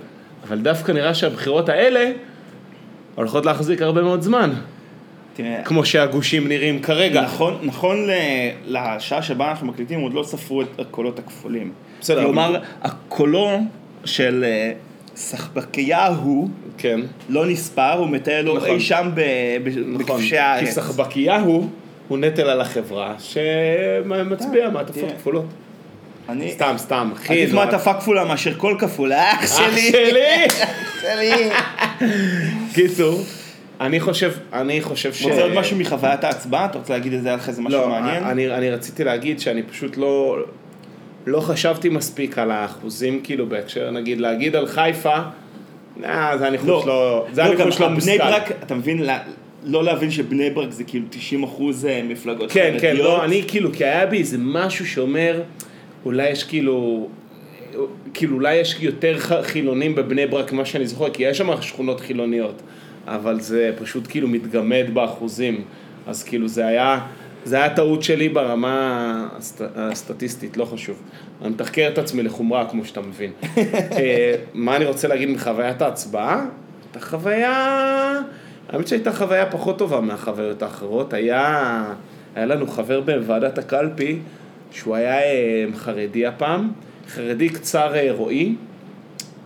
Speaker 3: אבל דווקא נראה שהבחירות האלה הולכות להחזיק הרבה מאוד זמן,
Speaker 4: תראה,
Speaker 3: כמו שהגושים נראים כרגע.
Speaker 4: נכון, נכון ל- לשעה שבה אנחנו מקליטים, עוד לא ספרו את הקולות הכפולים.
Speaker 3: בסדר,
Speaker 4: כלומר, הקולו של אה, סחבקיהו
Speaker 3: כן.
Speaker 4: לא נספר, הוא מטייל לו
Speaker 3: נכון.
Speaker 4: אי שם ב- ב- בכבשי
Speaker 3: כי
Speaker 4: הארץ.
Speaker 3: סחבקיהו הוא נטל על החברה שמצביע מעטפות
Speaker 4: אה, תראה.
Speaker 3: כפולות.
Speaker 4: אני
Speaker 3: סתם, סתם, אחי.
Speaker 4: עדיף
Speaker 3: זה ממש-
Speaker 4: מעטפה כפולה מאשר כל כפול, אח
Speaker 3: כאילו, אח
Speaker 4: שלי.
Speaker 3: שלי!
Speaker 4: שלי.
Speaker 3: קיצור, אני חושב, אני חושב ש...
Speaker 4: רוצה עוד משהו מחוויית ההצבעה? אתה רוצה להגיד איזה, היה לך איזה משהו
Speaker 3: לא,
Speaker 4: מעניין?
Speaker 3: אני, אני רציתי להגיד שאני פשוט לא, לא חשבתי מספיק על האחוזים, כאילו, בהקשר, נגיד, להגיד על חיפה, אה, זה הניחוש לא, זה
Speaker 4: לא, גם
Speaker 3: הניחוש לא מושכל.
Speaker 4: בני ברק, אתה מבין, לא- לא להבין שבני ברק זה כאילו 90 אחוז מפלגות
Speaker 3: כן,
Speaker 4: חרדיות.
Speaker 3: כן, לא, אני כאילו, כי היה בי איזה משהו שאומר, אולי יש כאילו, כאילו אולי יש יותר ח- חילונים בבני ברק ממה שאני זוכר, כי יש שם שכונות חילוניות, אבל זה פשוט כאילו מתגמד באחוזים, אז כאילו זה היה, זה היה טעות שלי ברמה הסט, הסטטיסטית, לא חשוב. אני מתחקר את עצמי לחומרה, כמו שאתה מבין. אה, מה אני רוצה להגיד מחוויית ההצבעה? את החוויה... האמת שהייתה חוויה פחות טובה מהחוויות האחרות. היה, היה לנו חבר בוועדת הקלפי, שהוא היה אה, חרדי הפעם, חרדי קצר אה, רועי.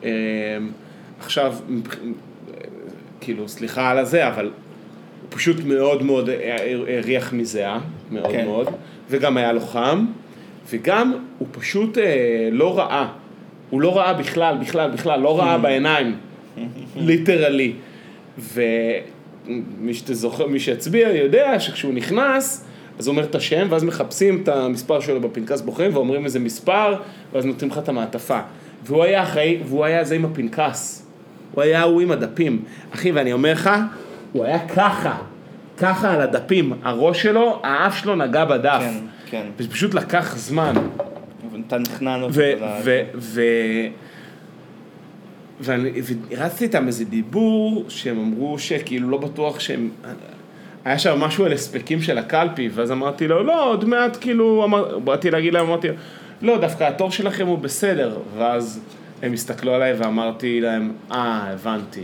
Speaker 3: אה, עכשיו, מבח- אה, כאילו, סליחה על הזה, אבל הוא פשוט מאוד מאוד אה, אה, הריח מזיעה, מאוד
Speaker 4: כן.
Speaker 3: מאוד, וגם היה לו חם, וגם הוא פשוט אה, לא ראה. הוא לא ראה בכלל, בכלל, בכלל, לא ראה בעיניים, ליטרלי. ומי שתזוכר, מי שהצביע יודע שכשהוא נכנס, אז הוא אומר את השם, ואז מחפשים את המספר שלו בפנקס בוחרים, ואומרים איזה מספר, ואז נותנים לך את המעטפה. והוא היה אחראי, והוא היה זה עם הפנקס. הוא היה ההוא עם הדפים. אחי, ואני אומר לך, הוא היה ככה, ככה על הדפים. הראש שלו, האף שלו נגע בדף.
Speaker 4: כן, כן.
Speaker 3: וזה פשוט לקח זמן.
Speaker 4: אתה נכנע לו.
Speaker 3: ו...
Speaker 4: אתה-
Speaker 3: ו... ו... ואני רצתי איתם איזה דיבור שהם אמרו שכאילו לא בטוח שהם... היה שם משהו על הספקים של הקלפי, ואז אמרתי לו, לא, עוד מעט כאילו, אמר... באתי להגיד להם, אמרתי לו, לא, דווקא התור שלכם הוא בסדר, ואז הם הסתכלו עליי ואמרתי להם, אה, הבנתי.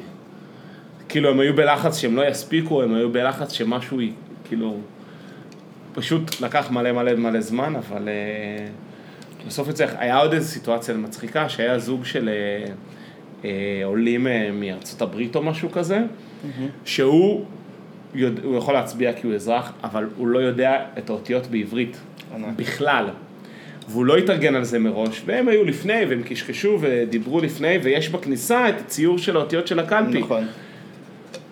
Speaker 3: כאילו, הם היו בלחץ שהם לא יספיקו, הם היו בלחץ שמשהו, י- כאילו, פשוט לקח מלא מלא מלא זמן, אבל... אה, בסוף יצא, היה עוד איזו סיטואציה מצחיקה, שהיה זוג של אה, אה, עולים אה, מארצות הברית או משהו כזה, שהוא יודע, הוא יכול להצביע כי הוא אזרח, אבל הוא לא יודע את האותיות בעברית
Speaker 4: ענק.
Speaker 3: בכלל. והוא לא התארגן על זה מראש, והם היו לפני, והם קשקשו ודיברו לפני, ויש בכניסה את הציור של האותיות של הקלפי.
Speaker 4: נכון.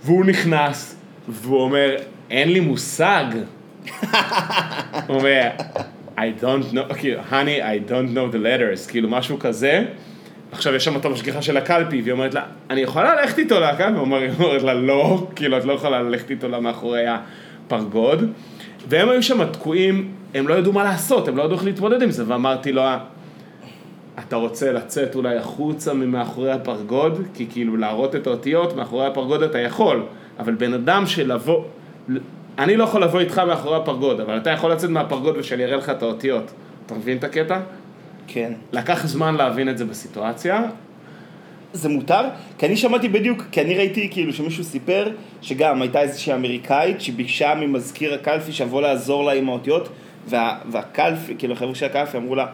Speaker 3: והוא נכנס, והוא אומר, אין לי מושג. הוא אומר, I don't know, כאילו, honey, I don't know the letters, כאילו, משהו כזה. עכשיו יש שם את המשגיחה של הקלפי, והיא אומרת לה, אני יכולה ללכת איתו לקלפי? והוא אומר- היא אומרת לה, לא, כאילו, את לא יכולה ללכת איתו לה מאחורי הפרגוד. והם היו שם תקועים, הם לא ידעו מה לעשות, הם לא ידעו איך להתמודד עם זה, ואמרתי לו, אתה רוצה לצאת אולי החוצה ממאחורי הפרגוד, כי כאילו להראות את האותיות מאחורי הפרגוד אתה יכול, אבל בן אדם שלבוא, אני לא יכול לבוא איתך מאחורי הפרגוד, אבל אתה יכול לצאת מהפרגוד ושאני אראה לך את האותיות. אתה מבין את הקטע?
Speaker 4: כן.
Speaker 3: לקח זמן להבין את זה בסיטואציה.
Speaker 4: זה מותר? כי אני שמעתי בדיוק, כי אני ראיתי כאילו שמישהו סיפר שגם הייתה איזושהי אמריקאית שביקשה ממזכיר הקלפי שיבוא לעזור לה עם האותיות וה, והקלפי, כאילו החבר'ה של הקלפי אמרו לה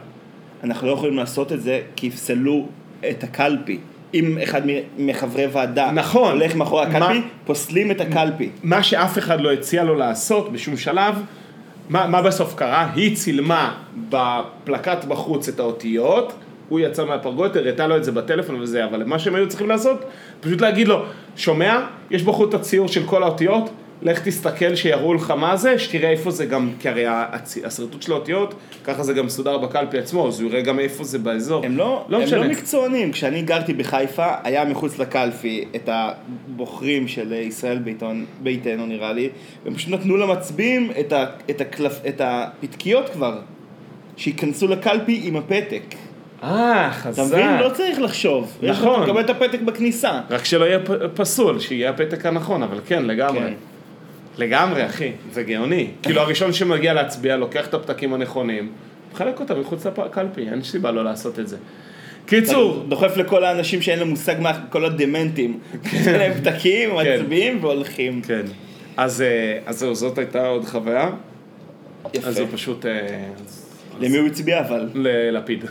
Speaker 4: אנחנו לא יכולים לעשות את זה כי יפסלו את הקלפי אם אחד מ- מחברי ועדה
Speaker 3: נכון.
Speaker 4: הולך מאחורי
Speaker 3: מה-
Speaker 4: הקלפי, פוסלים את הקלפי
Speaker 3: מה שאף אחד לא הציע לו לעשות בשום שלב, מה, מה בסוף קרה? היא צילמה בפלקט בחוץ את האותיות, הוא יצא מהפרגוד, הראתה לו את זה בטלפון וזה, אבל מה שהם היו צריכים לעשות, פשוט להגיד לו, שומע, יש בחוץ את הציור של כל האותיות, לך תסתכל שיראו לך מה זה, שתראה איפה זה גם, כי הרי הצ- השרטוט של האותיות, ככה זה גם מסודר בקלפי עצמו, אז הוא יראה גם איפה זה באזור.
Speaker 4: הם לא,
Speaker 3: לא
Speaker 4: הם
Speaker 3: משנה.
Speaker 4: לא מקצוענים, כשאני גרתי בחיפה, היה מחוץ לקלפי את הבוחרים של ישראל ביתון, ביתנו נראה לי, והם פשוט נתנו למצביעים את, ה, את, הקלף, את הפתקיות כבר, שייכנסו לקלפי עם הפתק.
Speaker 3: אה,
Speaker 4: אתה
Speaker 3: חזק.
Speaker 4: מבין? לא צריך לחשוב. יש לך-
Speaker 3: נכון.
Speaker 4: אתה מקבל את הפתק בכניסה.
Speaker 3: רק שלא יהיה פ- פסול, שיהיה הפתק הנכון, אבל כן, לגמרי.
Speaker 4: כן.
Speaker 3: לגמרי, אחי, זה גאוני. כאילו, הראשון שמגיע להצביע, לוקח את הפתקים הנכונים, מחלק אותם מחוץ לקלפי, אין סיבה לא לעשות את זה. קיצור,
Speaker 4: דוחף לכל האנשים שאין להם מושג מה, כל הדמנטים. יש להם פתקים,
Speaker 3: כן.
Speaker 4: מצביעים והולכים.
Speaker 3: כן. אז אה, אז זהו, זאת הייתה עוד חוויה. אז
Speaker 4: יפה.
Speaker 3: הוא פשוט... אה,
Speaker 4: למי הוא הצביע אבל?
Speaker 3: ללפיד.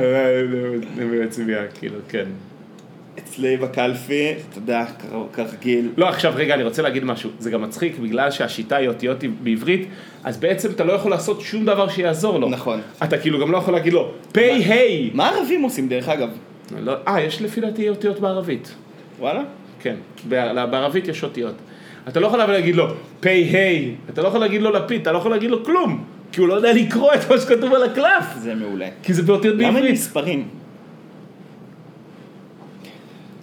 Speaker 3: הוא הצביע, כאילו, כן.
Speaker 4: אצלי בקלפי, אתה יודע, כר- כרגיל.
Speaker 3: לא, עכשיו רגע, אני רוצה להגיד משהו. זה גם מצחיק, בגלל שהשיטה היא אותיות בעברית, אז בעצם אתה לא יכול לעשות שום דבר שיעזור לו.
Speaker 4: נכון.
Speaker 3: אתה כאילו גם לא יכול להגיד לו, פיי היי.
Speaker 4: מה הערבים עושים דרך אגב?
Speaker 3: לא, אה, יש לפי דעתי אותיות בערבית.
Speaker 4: וואלה?
Speaker 3: כן, ב- בערבית יש אותיות. אתה לא יכול אבל להגיד לו, פיי היי. אתה לא יכול להגיד לו לפיד, אתה לא יכול להגיד לו כלום. כי הוא לא יודע לקרוא את מה שכתוב על הקלף.
Speaker 4: זה מעולה.
Speaker 3: כי זה באותיות
Speaker 4: למה אין
Speaker 3: בעברית.
Speaker 4: מספרים?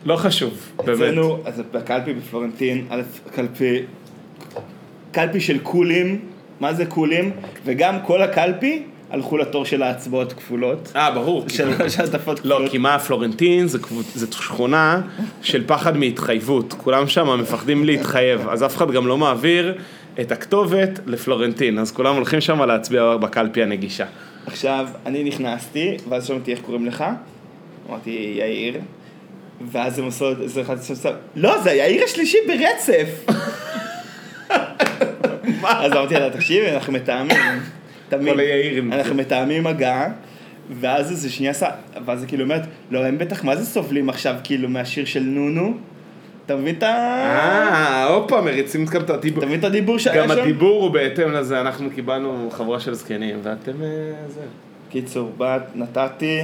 Speaker 3: לא חשוב, באמת.
Speaker 4: אצלנו, אז בקלפי בפלורנטין, א', קלפי, קלפי של קולים, מה זה קולים? וגם כל הקלפי הלכו לתור של ההצבעות כפולות,
Speaker 3: אה, ברור. כי-
Speaker 4: של של העדפות
Speaker 3: לא,
Speaker 4: כפולות.
Speaker 3: כי מה הפלורנטין זה קבוצ- זה שכונה של פחד מהתחייבות. כולם שם מפחדים להתחייב, אז אף אחד גם לא מעביר את הכתובת לפלורנטין. אז כולם הולכים שם להצביע בקלפי הנגישה.
Speaker 4: עכשיו, אני נכנסתי, ואז שמעתי איך קוראים לך, אמרתי, יאיר. ואז הם עשו את זה אחד שעשה, לא, זה יאיר השלישי ברצף. אז אמרתי לה, תקשיבי, אנחנו מתאמים. תמיד.
Speaker 3: כל היאירים.
Speaker 4: אנחנו מתאמים הגעה, ואז איזה שנייה עשה, ואז היא כאילו אומרת, לא, הם בטח, מה זה סובלים עכשיו, כאילו, מהשיר של נונו? אתה מבין את ה...
Speaker 3: אה, הופה, מריצים גם את הדיבור.
Speaker 4: אתה מבין את הדיבור שהיה
Speaker 3: גם
Speaker 4: שם?
Speaker 3: הדיבור הוא בהתאם לזה, אנחנו קיבלנו חבורה של זקנים, ואתם אה, זה.
Speaker 4: קיצור, בת, נתתי,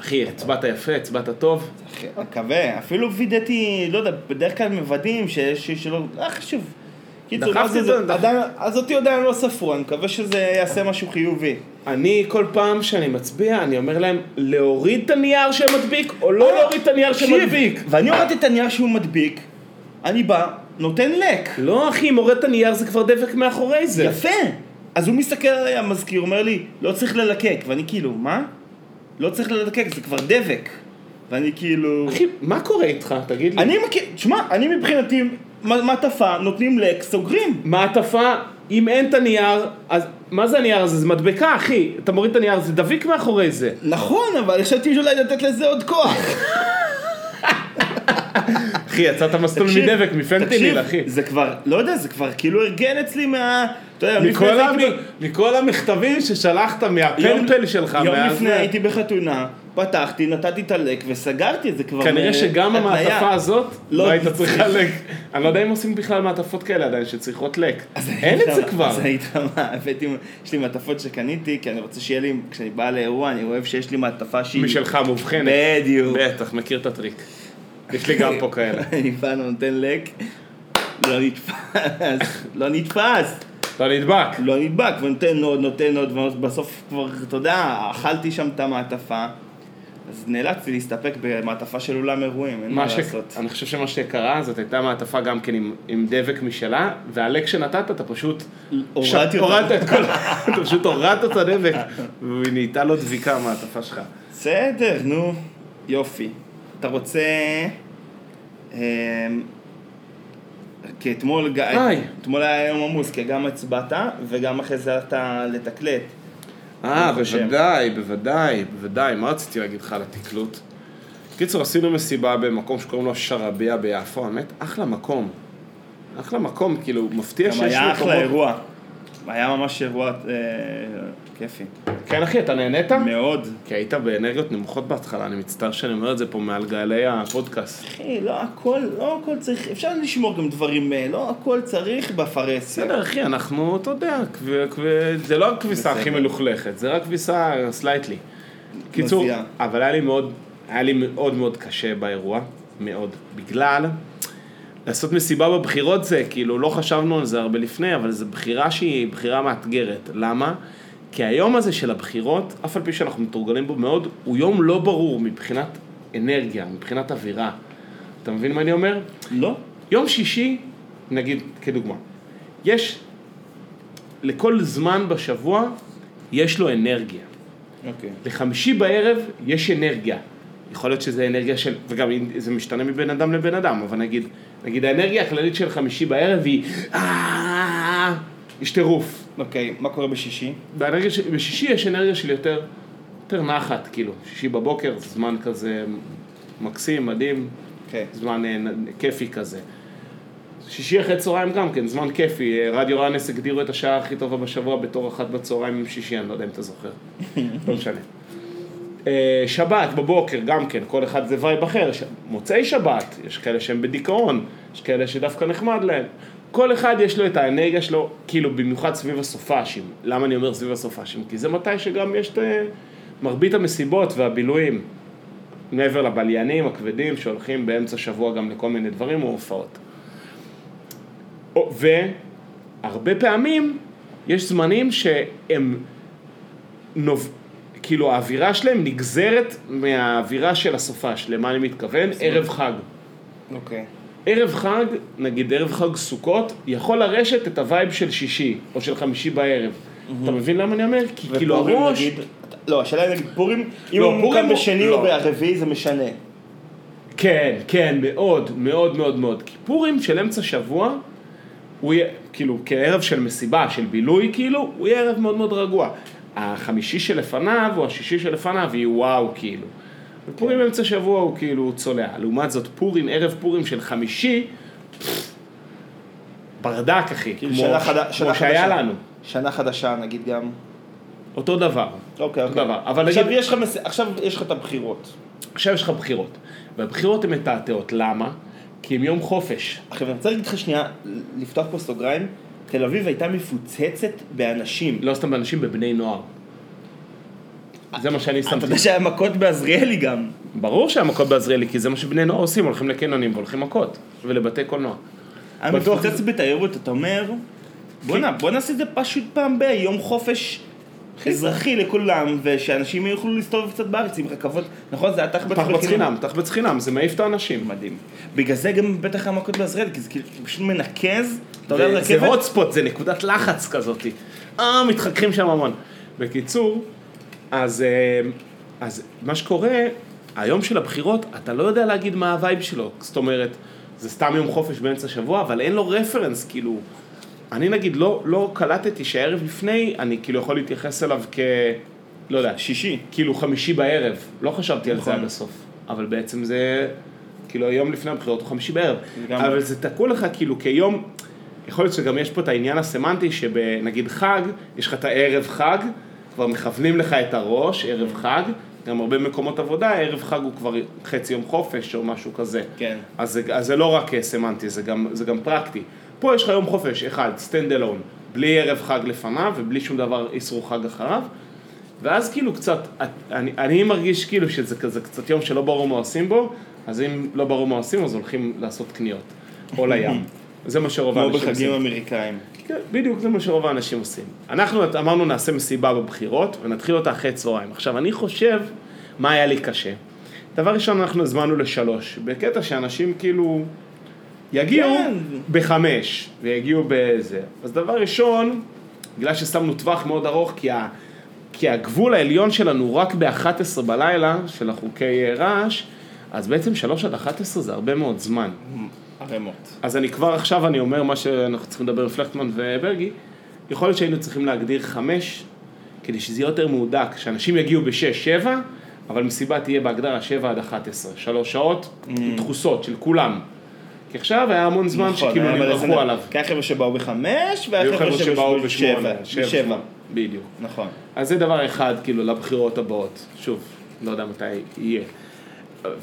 Speaker 3: אחי, הצבעת יפה, הצבעת טוב.
Speaker 4: אחי, מקווה, אפילו וידאתי, לא יודע, בדרך כלל מוודאים שיש שיר שלא, לא חשוב. קיצור,
Speaker 3: דחפתי
Speaker 4: מה זה,
Speaker 3: אותם,
Speaker 4: זה-
Speaker 3: דחפתי.
Speaker 4: עדיין- אז אותי עדיין לא ספרו, אני מקווה שזה יעשה משהו חיובי.
Speaker 3: אני כל פעם שאני מצביע, אני אומר להם להוריד את הנייר שהם מדביק, או לא להוריד את הנייר שהם
Speaker 4: תקשיב,
Speaker 3: מדביק.
Speaker 4: ואני הורדתי את הנייר שהוא מדביק, אני בא, נותן לק.
Speaker 3: לא אחי, אם הורדת נייר זה כבר דבק מאחורי זה.
Speaker 4: יפה! אז הוא מסתכל עליי, המזכיר, אומר לי, לא צריך ללקק, ואני כאילו, מה? לא צריך ללקק, זה כבר דבק. ואני כאילו...
Speaker 3: אחי, מה קורה איתך? תגיד לי.
Speaker 4: אני מכיר, תשמע, אני מבחינתי, מ- מעטפה, נותנים לק, סוגרים.
Speaker 3: מעטפה, אם אין את הנייר, אז מה זה הנייר הזה? זה מדבקה, אחי. אתה מוריד את הנייר, זה דביק מאחורי זה.
Speaker 4: נכון, אבל חשבתי שאולי לתת לזה עוד כוח.
Speaker 3: אחי, יצאת מסלול
Speaker 4: תקשיב,
Speaker 3: מדבק, מפנטיניל,
Speaker 4: תקשיב,
Speaker 3: אחי.
Speaker 4: זה כבר, לא יודע, זה כבר כאילו הרגן אצלי מה... אתה יודע, לפני
Speaker 3: מכל,
Speaker 4: זה
Speaker 3: המ...
Speaker 4: הייתי ב-
Speaker 3: מכל המכתבים ששלחת מהפלפל שלך,
Speaker 4: יום
Speaker 3: מה-
Speaker 4: לפני הייתי בחתונה, פתחתי, נתתי את הלק וסגרתי את זה כבר.
Speaker 3: כנראה
Speaker 4: אה,
Speaker 3: שגם
Speaker 4: התניה.
Speaker 3: המעטפה הזאת,
Speaker 4: לא
Speaker 3: לא היית צריכה
Speaker 4: צריך.
Speaker 3: לק. אני לא יודע אם עושים בכלל מעטפות כאלה עדיין, שצריכות לק.
Speaker 4: אז
Speaker 3: אין
Speaker 4: היית
Speaker 3: את זה
Speaker 4: מה-
Speaker 3: כבר.
Speaker 4: אז היית מה, הבאתי, יש לי מעטפות שקניתי, כי אני רוצה שיהיה לי, כשאני בא לאירוע, אני אוהב שיש לי מעטפה שהיא...
Speaker 3: משלך מובחנת.
Speaker 4: בדיוק.
Speaker 3: בטח, מכיר את הטריק. יש לי גם פה כאלה.
Speaker 4: אני בא, נותן לק, לא נתפס, לא נתפס,
Speaker 3: אתה נדבק.
Speaker 4: לא נדבק, ונותן עוד, נותן עוד, ובסוף כבר, אתה יודע, אכלתי שם את המעטפה, אז נאלצתי להסתפק במעטפה של אולם אירועים, אין מה
Speaker 3: מה ש...
Speaker 4: לעשות.
Speaker 3: אני חושב שמה שקרה, זאת הייתה מעטפה גם כן עם, עם דבק משלה, והלק שנתת, אתה פשוט... ש-
Speaker 4: הורדתי אותה.
Speaker 3: הורדת את כל... אתה פשוט הורדת את הדבק, והיא נהייתה לו דביקה המעטפה שלך.
Speaker 4: בסדר, נו, יופי. אתה רוצה... אמ, כי אתמול, ג-
Speaker 3: היי.
Speaker 4: אתמול היה יום עמוס, כי גם הצבעת וגם אחרי זה הלכת לתקלט.
Speaker 3: אה,
Speaker 4: ברוך השם.
Speaker 3: בוודאי, בוודאי, בוודאי. מה רציתי להגיד לך על התקלוט? קיצור, עשינו מסיבה במקום שקוראים לו שרביה ביפו, האמת, אחלה מקום. אחלה מקום, כאילו, מפתיע שיש
Speaker 4: גם
Speaker 3: מקומות...
Speaker 4: היה אחלה אירוע. היה ממש אירוע אה, כיפי.
Speaker 3: כן, אחי, אתה נהנית?
Speaker 4: מאוד.
Speaker 3: כי היית באנרגיות נמוכות בהתחלה, אני מצטער שאני אומר את זה פה מעל גלי הפודקאסט.
Speaker 4: אחי, לא הכל, לא הכל צריך, אפשר לשמור גם דברים, אה, לא הכל צריך בפרהסיה.
Speaker 3: בסדר, אחי, אנחנו, אתה יודע, כב- כב- זה לא הכביסה הכי מלוכלכת, זה רק כביסה סלייטלי. קיצור,
Speaker 4: מזיעה.
Speaker 3: אבל היה לי מאוד, היה לי מאוד מאוד קשה באירוע, מאוד. בגלל, לעשות מסיבה בבחירות זה, כאילו, לא חשבנו על זה הרבה לפני, אבל זו בחירה שהיא בחירה מאתגרת. למה? כי היום הזה של הבחירות, אף על פי שאנחנו מתורגלים בו מאוד, הוא יום לא ברור מבחינת אנרגיה, מבחינת אווירה. אתה מבין מה אני אומר?
Speaker 4: לא?
Speaker 3: יום שישי, נגיד כדוגמה, יש, לכל זמן בשבוע יש לו אנרגיה.
Speaker 4: אוקיי.
Speaker 3: לחמישי בערב יש אנרגיה. יכול להיות שזה אנרגיה של, וגם אם זה משתנה מבין אדם לבין אדם, אבל נגיד, נגיד האנרגיה הכללית של חמישי בערב היא, "אה", יש טירוף.
Speaker 4: אוקיי, מה קורה בשישי?
Speaker 3: באנרגיה ש... בשישי יש אנרגיה של יותר, יותר נחת, כאילו, שישי בבוקר זה זמן כזה מקסים, מדהים,
Speaker 4: אוקיי.
Speaker 3: זמן אה, נ- כיפי כזה. שישי אחרי צהריים גם כן, זמן כיפי, אה, רדיו רנס הגדירו את השעה הכי טובה בשבוע בתור אחת בצהריים עם שישי, אני לא יודע אם אתה זוכר, לא משנה. אה, שבת בבוקר גם כן, כל אחד זה וייב אחר, ש- מוצאי שבת, יש כאלה שהם בדיכאון, יש כאלה שדווקא נחמד להם. כל אחד יש לו את האנרגיה שלו, כאילו במיוחד סביב הסופאשים. למה אני אומר סביב הסופאשים? כי זה מתי שגם יש את אה, מרבית המסיבות והבילויים. מעבר לבליינים הכבדים שהולכים באמצע שבוע גם לכל מיני דברים או הופעות. או- והרבה פעמים יש זמנים שהם נוב... כאילו האווירה שלהם נגזרת מהאווירה של הסופש, למה אני מתכוון? ערב חג.
Speaker 4: אוקיי.
Speaker 3: ערב חג, נגיד ערב חג סוכות, יכול לרשת את הווייב של שישי או של חמישי בערב. אתה מבין למה אני אומר? כי כאילו
Speaker 4: ופורים,
Speaker 3: הראש...
Speaker 4: נגיד- לא, השאלה היא נגיד פורים, אם
Speaker 3: לא,
Speaker 4: הוא כאילו, מוקם
Speaker 3: פורים הוא-
Speaker 4: בשני או
Speaker 3: לא.
Speaker 4: ברביעי זה משנה.
Speaker 3: כן, כן, מאוד, מאוד מאוד מאוד. כי פורים של אמצע שבוע, הוא יהיה, כאילו, כערב של מסיבה, של בילוי, כאילו, הוא יהיה ערב מאוד מאוד רגוע. החמישי שלפניו, או השישי שלפניו, יהיה וואו, כאילו. ופורים
Speaker 4: כן.
Speaker 3: אמצע שבוע הוא כאילו צולע. לעומת זאת, פורים, ערב פורים של חמישי, פפפ, ברדק, אחי.
Speaker 4: כאילו
Speaker 3: כמו-
Speaker 4: שנה חד-
Speaker 3: כמו
Speaker 4: שנה
Speaker 3: שהיה
Speaker 4: חדשה.
Speaker 3: לנו.
Speaker 4: שנה חדשה נגיד גם.
Speaker 3: אותו דבר.
Speaker 4: אוקיי,
Speaker 3: אותו
Speaker 4: אוקיי.
Speaker 3: דבר. אבל
Speaker 4: עכשיו
Speaker 3: נגיד-
Speaker 4: יש לך מס- עכשיו יש לך את הבחירות.
Speaker 3: עכשיו יש לך בחירות. והבחירות הן מתעתעות, למה? כי הם יום חופש.
Speaker 4: עכשיו אני רוצה להגיד לך שנייה, לפתוח פה סוגריים, תל אביב הייתה מפוצצת באנשים.
Speaker 3: לא סתם באנשים, בבני נוער. זה מה שאני
Speaker 4: אתה
Speaker 3: שמתי.
Speaker 4: יודע שהיה מכות בעזריאלי גם.
Speaker 3: ברור שהמכות בעזריאלי, כי זה מה שבני נוער עושים, הולכים לקניונים והולכים מכות, ולבתי קולנוע.
Speaker 4: אני כן.
Speaker 3: בטוח
Speaker 4: מפוצץ בתיירות, אתה אומר, בואנה, בוא נעשה את זה פשוט פעם ב... יום חופש כן. אזרחי לכולם, ושאנשים יוכלו להסתובב קצת בארץ עם רכבות. נכון, זה היה תחבץ
Speaker 3: תחבץ חינם, תחבץ חינם, זה מעיף את האנשים.
Speaker 4: מדהים. בגלל זה גם בטח המכות בעזריאלי, כי זה כאילו פשוט מנקז, אתה עולה על
Speaker 3: זה- זה
Speaker 4: רכבת,
Speaker 3: hot spot, זה נקודת לחץ כזאתי. אה, מתחככים שם המון. בקיצור, אז, אה, אז מה שקורה, היום של הבחירות, אתה לא יודע להגיד מה הווייב שלו. זאת אומרת, זה סתם יום חופש באמצע השבוע, אבל אין לו רפרנס, כאילו... אני נגיד לא, לא קלטתי שהערב לפני, אני כאילו יכול להתייחס אליו כ... לא יודע,
Speaker 4: שישי.
Speaker 3: כאילו חמישי בערב, לא חשבתי על זה
Speaker 4: נכון.
Speaker 3: עד הסוף, אבל בעצם זה כאילו היום לפני הבחירות הוא חמישי בערב,
Speaker 4: לגמרי.
Speaker 3: אבל זה תקוע לך כאילו כיום, יכול להיות שגם יש פה את העניין הסמנטי שבנגיד חג, יש לך את הערב חג, כבר מכוונים לך את הראש,
Speaker 4: כן.
Speaker 3: ערב חג, גם הרבה מקומות עבודה, ערב חג הוא כבר חצי יום חופש או משהו כזה.
Speaker 4: כן.
Speaker 3: אז זה, אז זה לא רק אה, סמנטי, זה גם, זה גם פרקטי. פה יש לך יום חופש, אחד, stand alone, בלי ערב חג לפניו ובלי שום דבר איסור חג אחריו, ואז כאילו קצת, אני, אני מרגיש כאילו שזה כזה קצת יום שלא ברור מה עושים בו, אז אם לא ברור מה עושים, אז הולכים לעשות קניות, או לים. זה מה שרוב
Speaker 4: כמו
Speaker 3: האנשים
Speaker 4: בחגים
Speaker 3: עושים.
Speaker 4: אמריקאים.
Speaker 3: כן, בדיוק, זה מה שרוב האנשים עושים. אנחנו אמרנו נעשה מסיבה בבחירות, ונתחיל אותה אחרי צהריים. עכשיו, אני חושב, מה היה לי קשה? דבר ראשון, אנחנו הזמנו לשלוש, בקטע שאנשים כאילו יגיעו
Speaker 4: כן.
Speaker 3: בחמש, ויגיעו בזה. אז דבר ראשון, בגלל ששמנו טווח מאוד ארוך, כי, ה, כי הגבול העליון שלנו הוא רק ב-11 בלילה, של החוקי אה, רעש, אז בעצם שלוש עד 11 זה הרבה מאוד זמן.
Speaker 4: ערימות.
Speaker 3: אז אני כבר עכשיו, אני אומר מה שאנחנו צריכים לדבר עם פלכטמן וברגי, יכול להיות שהיינו צריכים להגדיר חמש, כדי שזה יהיה יותר מהודק, שאנשים יגיעו בשש, שבע, אבל מסיבה תהיה בהגדרה שבע עד אחת עשרה, שלוש שעות
Speaker 4: Mm.
Speaker 3: דחוסות של כולם. כי עכשיו היה המון זמן
Speaker 4: נכון,
Speaker 3: שכאילו
Speaker 4: היה בלזן.
Speaker 3: נמרחו עליו.
Speaker 4: כי החבר'ה שבאו בחמש,
Speaker 3: היו
Speaker 4: והחבר'ה
Speaker 3: חבר'ה שבאו
Speaker 4: בשבע.
Speaker 3: בשמונה,
Speaker 4: בשבע.
Speaker 3: בדיוק.
Speaker 4: נכון.
Speaker 3: אז זה דבר אחד, כאילו, לבחירות הבאות. שוב, לא יודע מתי יהיה.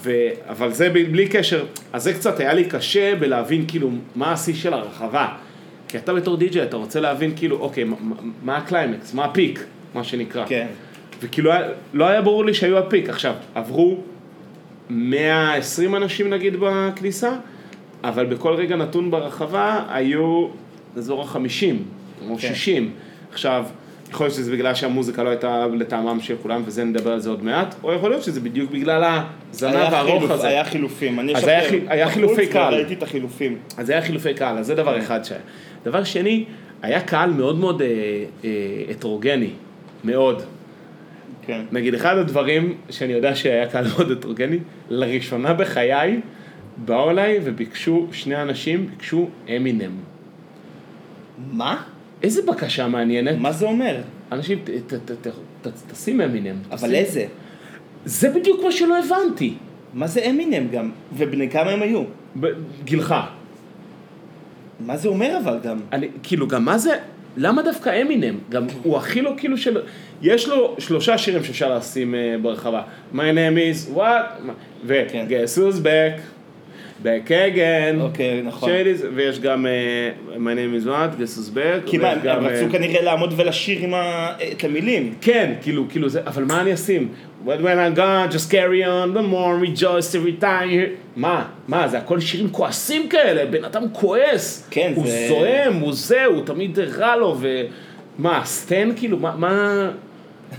Speaker 3: ו... אבל זה ב- בלי קשר. אז זה קצת היה לי קשה בלהבין, כאילו, מה השיא של הרחבה. כי אתה בתור די-ג'יי, אתה רוצה להבין, כאילו, אוקיי, מה- מה- מה הקליימקס, מה הפיק, מה שנקרא.
Speaker 4: כן.
Speaker 3: וכאילו, היה- לא היה ברור לי שהיו הפיק. עכשיו, עברו 120 אנשים, נגיד, בכניסה, אבל בכל רגע נתון ברחבה היו אזור ה-50 או
Speaker 4: כן.
Speaker 3: 60. עכשיו, יכול להיות שזה בגלל שהמוזיקה לא הייתה לטעמם של כולם, וזה נדבר על זה עוד מעט, או יכול להיות שזה בדיוק בגלל הזנב
Speaker 4: היה
Speaker 3: הארוך
Speaker 4: חילופ-
Speaker 3: הזה.
Speaker 4: היה חילופים. אני
Speaker 3: אז
Speaker 4: ישבתי
Speaker 3: היה חי- היה
Speaker 4: בחוץ
Speaker 3: חילופי קהל.
Speaker 4: וראיתי את החילופים.
Speaker 3: אז זה היה חילופי קהל, אז זה דבר
Speaker 4: כן.
Speaker 3: אחד שהיה. דבר שני, היה קהל מאוד מאוד אה, אה, הטרוגני, מאוד.
Speaker 2: כן.
Speaker 3: נגיד, אחד הדברים שאני יודע שהיה קהל מאוד הטרוגני, לראשונה בחיי, באו אליי וביקשו, שני אנשים ביקשו אמינם.
Speaker 4: מה?
Speaker 3: איזה בקשה מעניינת.
Speaker 4: מה זה אומר?
Speaker 3: אנשים, ת- ת- ת- ת- תשים אמינם.
Speaker 4: אבל איזה?
Speaker 3: זה בדיוק מה שלא הבנתי.
Speaker 4: מה זה אמינם גם? ובני כמה הם היו?
Speaker 3: ב- גילך.
Speaker 4: מה זה אומר אבל גם?
Speaker 3: אני, כאילו, גם מה זה, למה דווקא אמינם? גם הוא הכי לא כאילו של... יש לו שלושה שירים שאפשר לשים uh, ברחבה. My name is what, ו-
Speaker 4: כן.
Speaker 3: guess who's back, back again.
Speaker 4: אוקיי, נכון.
Speaker 3: Shades, ויש גם uh, My name is what, guess who's back.
Speaker 4: כי מה,
Speaker 3: ויש גם,
Speaker 4: הם רצו
Speaker 3: אה,
Speaker 4: כנראה לעמוד ולשיר עם ה... את המילים.
Speaker 3: כן, כאילו, כאילו זה, אבל מה אני אשים? But when I'm gone, just carry on, the more rejoice every time you... מה? מה, זה הכל שירים כועסים כאלה, בן אדם כועס.
Speaker 4: כן,
Speaker 3: הוא
Speaker 4: זה-
Speaker 3: זועם, הוא זה, הוא תמיד רע לו, ו... מה, סטן, כאילו, מה... מה...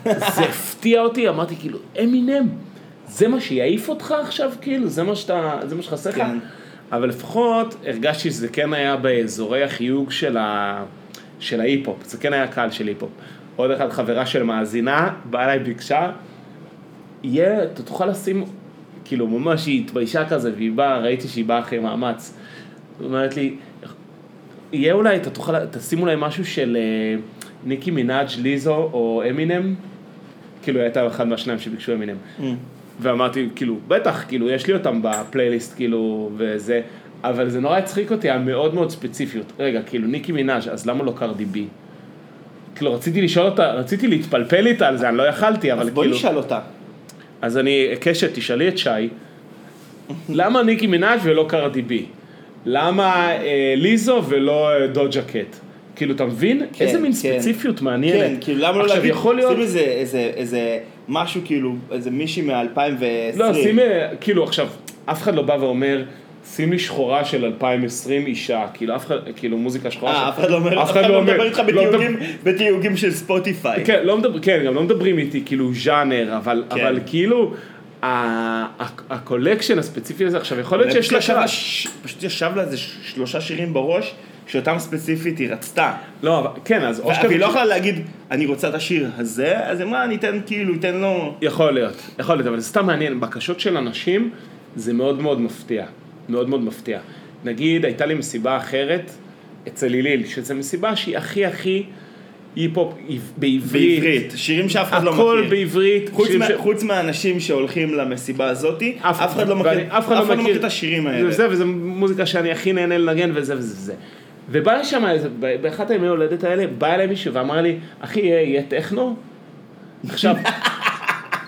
Speaker 3: זה הפתיע אותי, אמרתי, כאילו, אמינם, זה מה שיעיף אותך עכשיו, כאילו? זה מה שאתה... זה מה שחסר לך?
Speaker 4: כן.
Speaker 3: אבל לפחות הרגשתי שזה כן היה באזורי החיוג של, ה... של ההיפ-הופ, זה כן היה קהל של היפ-הופ. עוד אחת חברה של מאזינה, באה אליי, ביקשה, יהיה, אתה תוכל לשים, כאילו ממש היא התביישה כזה, והיא באה, ראיתי שהיא באה אחרי מאמץ. היא אומרת לי, יהיה אולי, אתה תוכל, תשים אולי משהו של אה, ניקי מנאג' ליזו או אמינם? כאילו היא הייתה אחד מהשניים שביקשו אמינם. ואמרתי, כאילו, בטח, כאילו, יש לי אותם בפלייליסט, כאילו, וזה, אבל זה נורא הצחיק אותי, המאוד מאוד ספציפיות. רגע, כאילו, ניקי מנאז', אז למה לא קרדי בי? כאילו, רציתי לשאול אותה, רציתי להתפלפל איתה על זה, אני לא יכלתי, אבל
Speaker 4: אז
Speaker 3: כאילו...
Speaker 4: בואי נשאל אותה.
Speaker 3: אז אני אקש תשאלי את שי, למה ניקי מנאז' ולא קרדי בי? למה אה, ליזו ולא אה, דוג'ה קט? כאילו, אתה מבין?
Speaker 4: כן,
Speaker 3: איזה מין
Speaker 4: כן.
Speaker 3: ספציפיות מעניינת.
Speaker 4: כן, כאילו למה לא
Speaker 3: עכשיו,
Speaker 4: להגיד,
Speaker 3: יכול להיות...
Speaker 4: שים איזה, איזה, איזה משהו כאילו, איזה מישהי מ-2020.
Speaker 3: לא, שים, אה, כאילו, עכשיו, אף אחד לא בא ואומר, שים לי שחורה של 2020 אישה, כאילו, אף אחד, כאילו, מוזיקה שחורה. של-
Speaker 4: אה, אף אחד לא אומר, אף אחד לא מדבר איתך
Speaker 3: לא מדבר-
Speaker 4: בתיוגים, בתיוגים של ספוטיפיי.
Speaker 3: כן, לא מדבר, כן, גם לא מדברים איתי כאילו ז'אנר, אבל,
Speaker 4: כן.
Speaker 3: אבל כאילו, ה- ה- הקולקשן הספציפי הזה, עכשיו יכול להיות
Speaker 4: פשוט
Speaker 3: שיש לה
Speaker 4: ישב
Speaker 3: שם...
Speaker 4: לה ש- פשוט ישב לה איזה ש- שלושה שירים בראש, שאותם ספציפית היא רצתה.
Speaker 3: לא, אבל, כן, אז או
Speaker 4: והיא לא יכולה להגיד, אני רוצה את השיר הזה, אז היא אמרה, אני אתן כאילו, אתן לו...
Speaker 3: יכול להיות, יכול להיות, אבל זה סתם מעניין, בקשות של אנשים זה מאוד מאוד מפתיע, מאוד מאוד מפתיע. נגיד, הייתה לי מסיבה אחרת אצל הלל, שזו מסיבה שהיא הכי הכי היפ-הופ עב- בעברית,
Speaker 4: בעברית, שירים שאף אחד לא מכיר.
Speaker 3: הכל בעברית,
Speaker 4: חוץ,
Speaker 3: שירים
Speaker 4: מה,
Speaker 3: ש-
Speaker 4: חוץ מהאנשים שהולכים למסיבה הזאתי, אף, אחד לא מכיר,
Speaker 3: ואני-
Speaker 4: אף אחד לא מכיר את השירים האלה.
Speaker 3: זה, זה, וזה מוזיקה שאני הכי נהנה לנגן וזה וזה וזה. ובא לי שם, איזה- ב- באחת הימי הולדת האלה, בא אליי מישהו ואמר לי, אחי, יהיה, יהיה טכנו? עכשיו,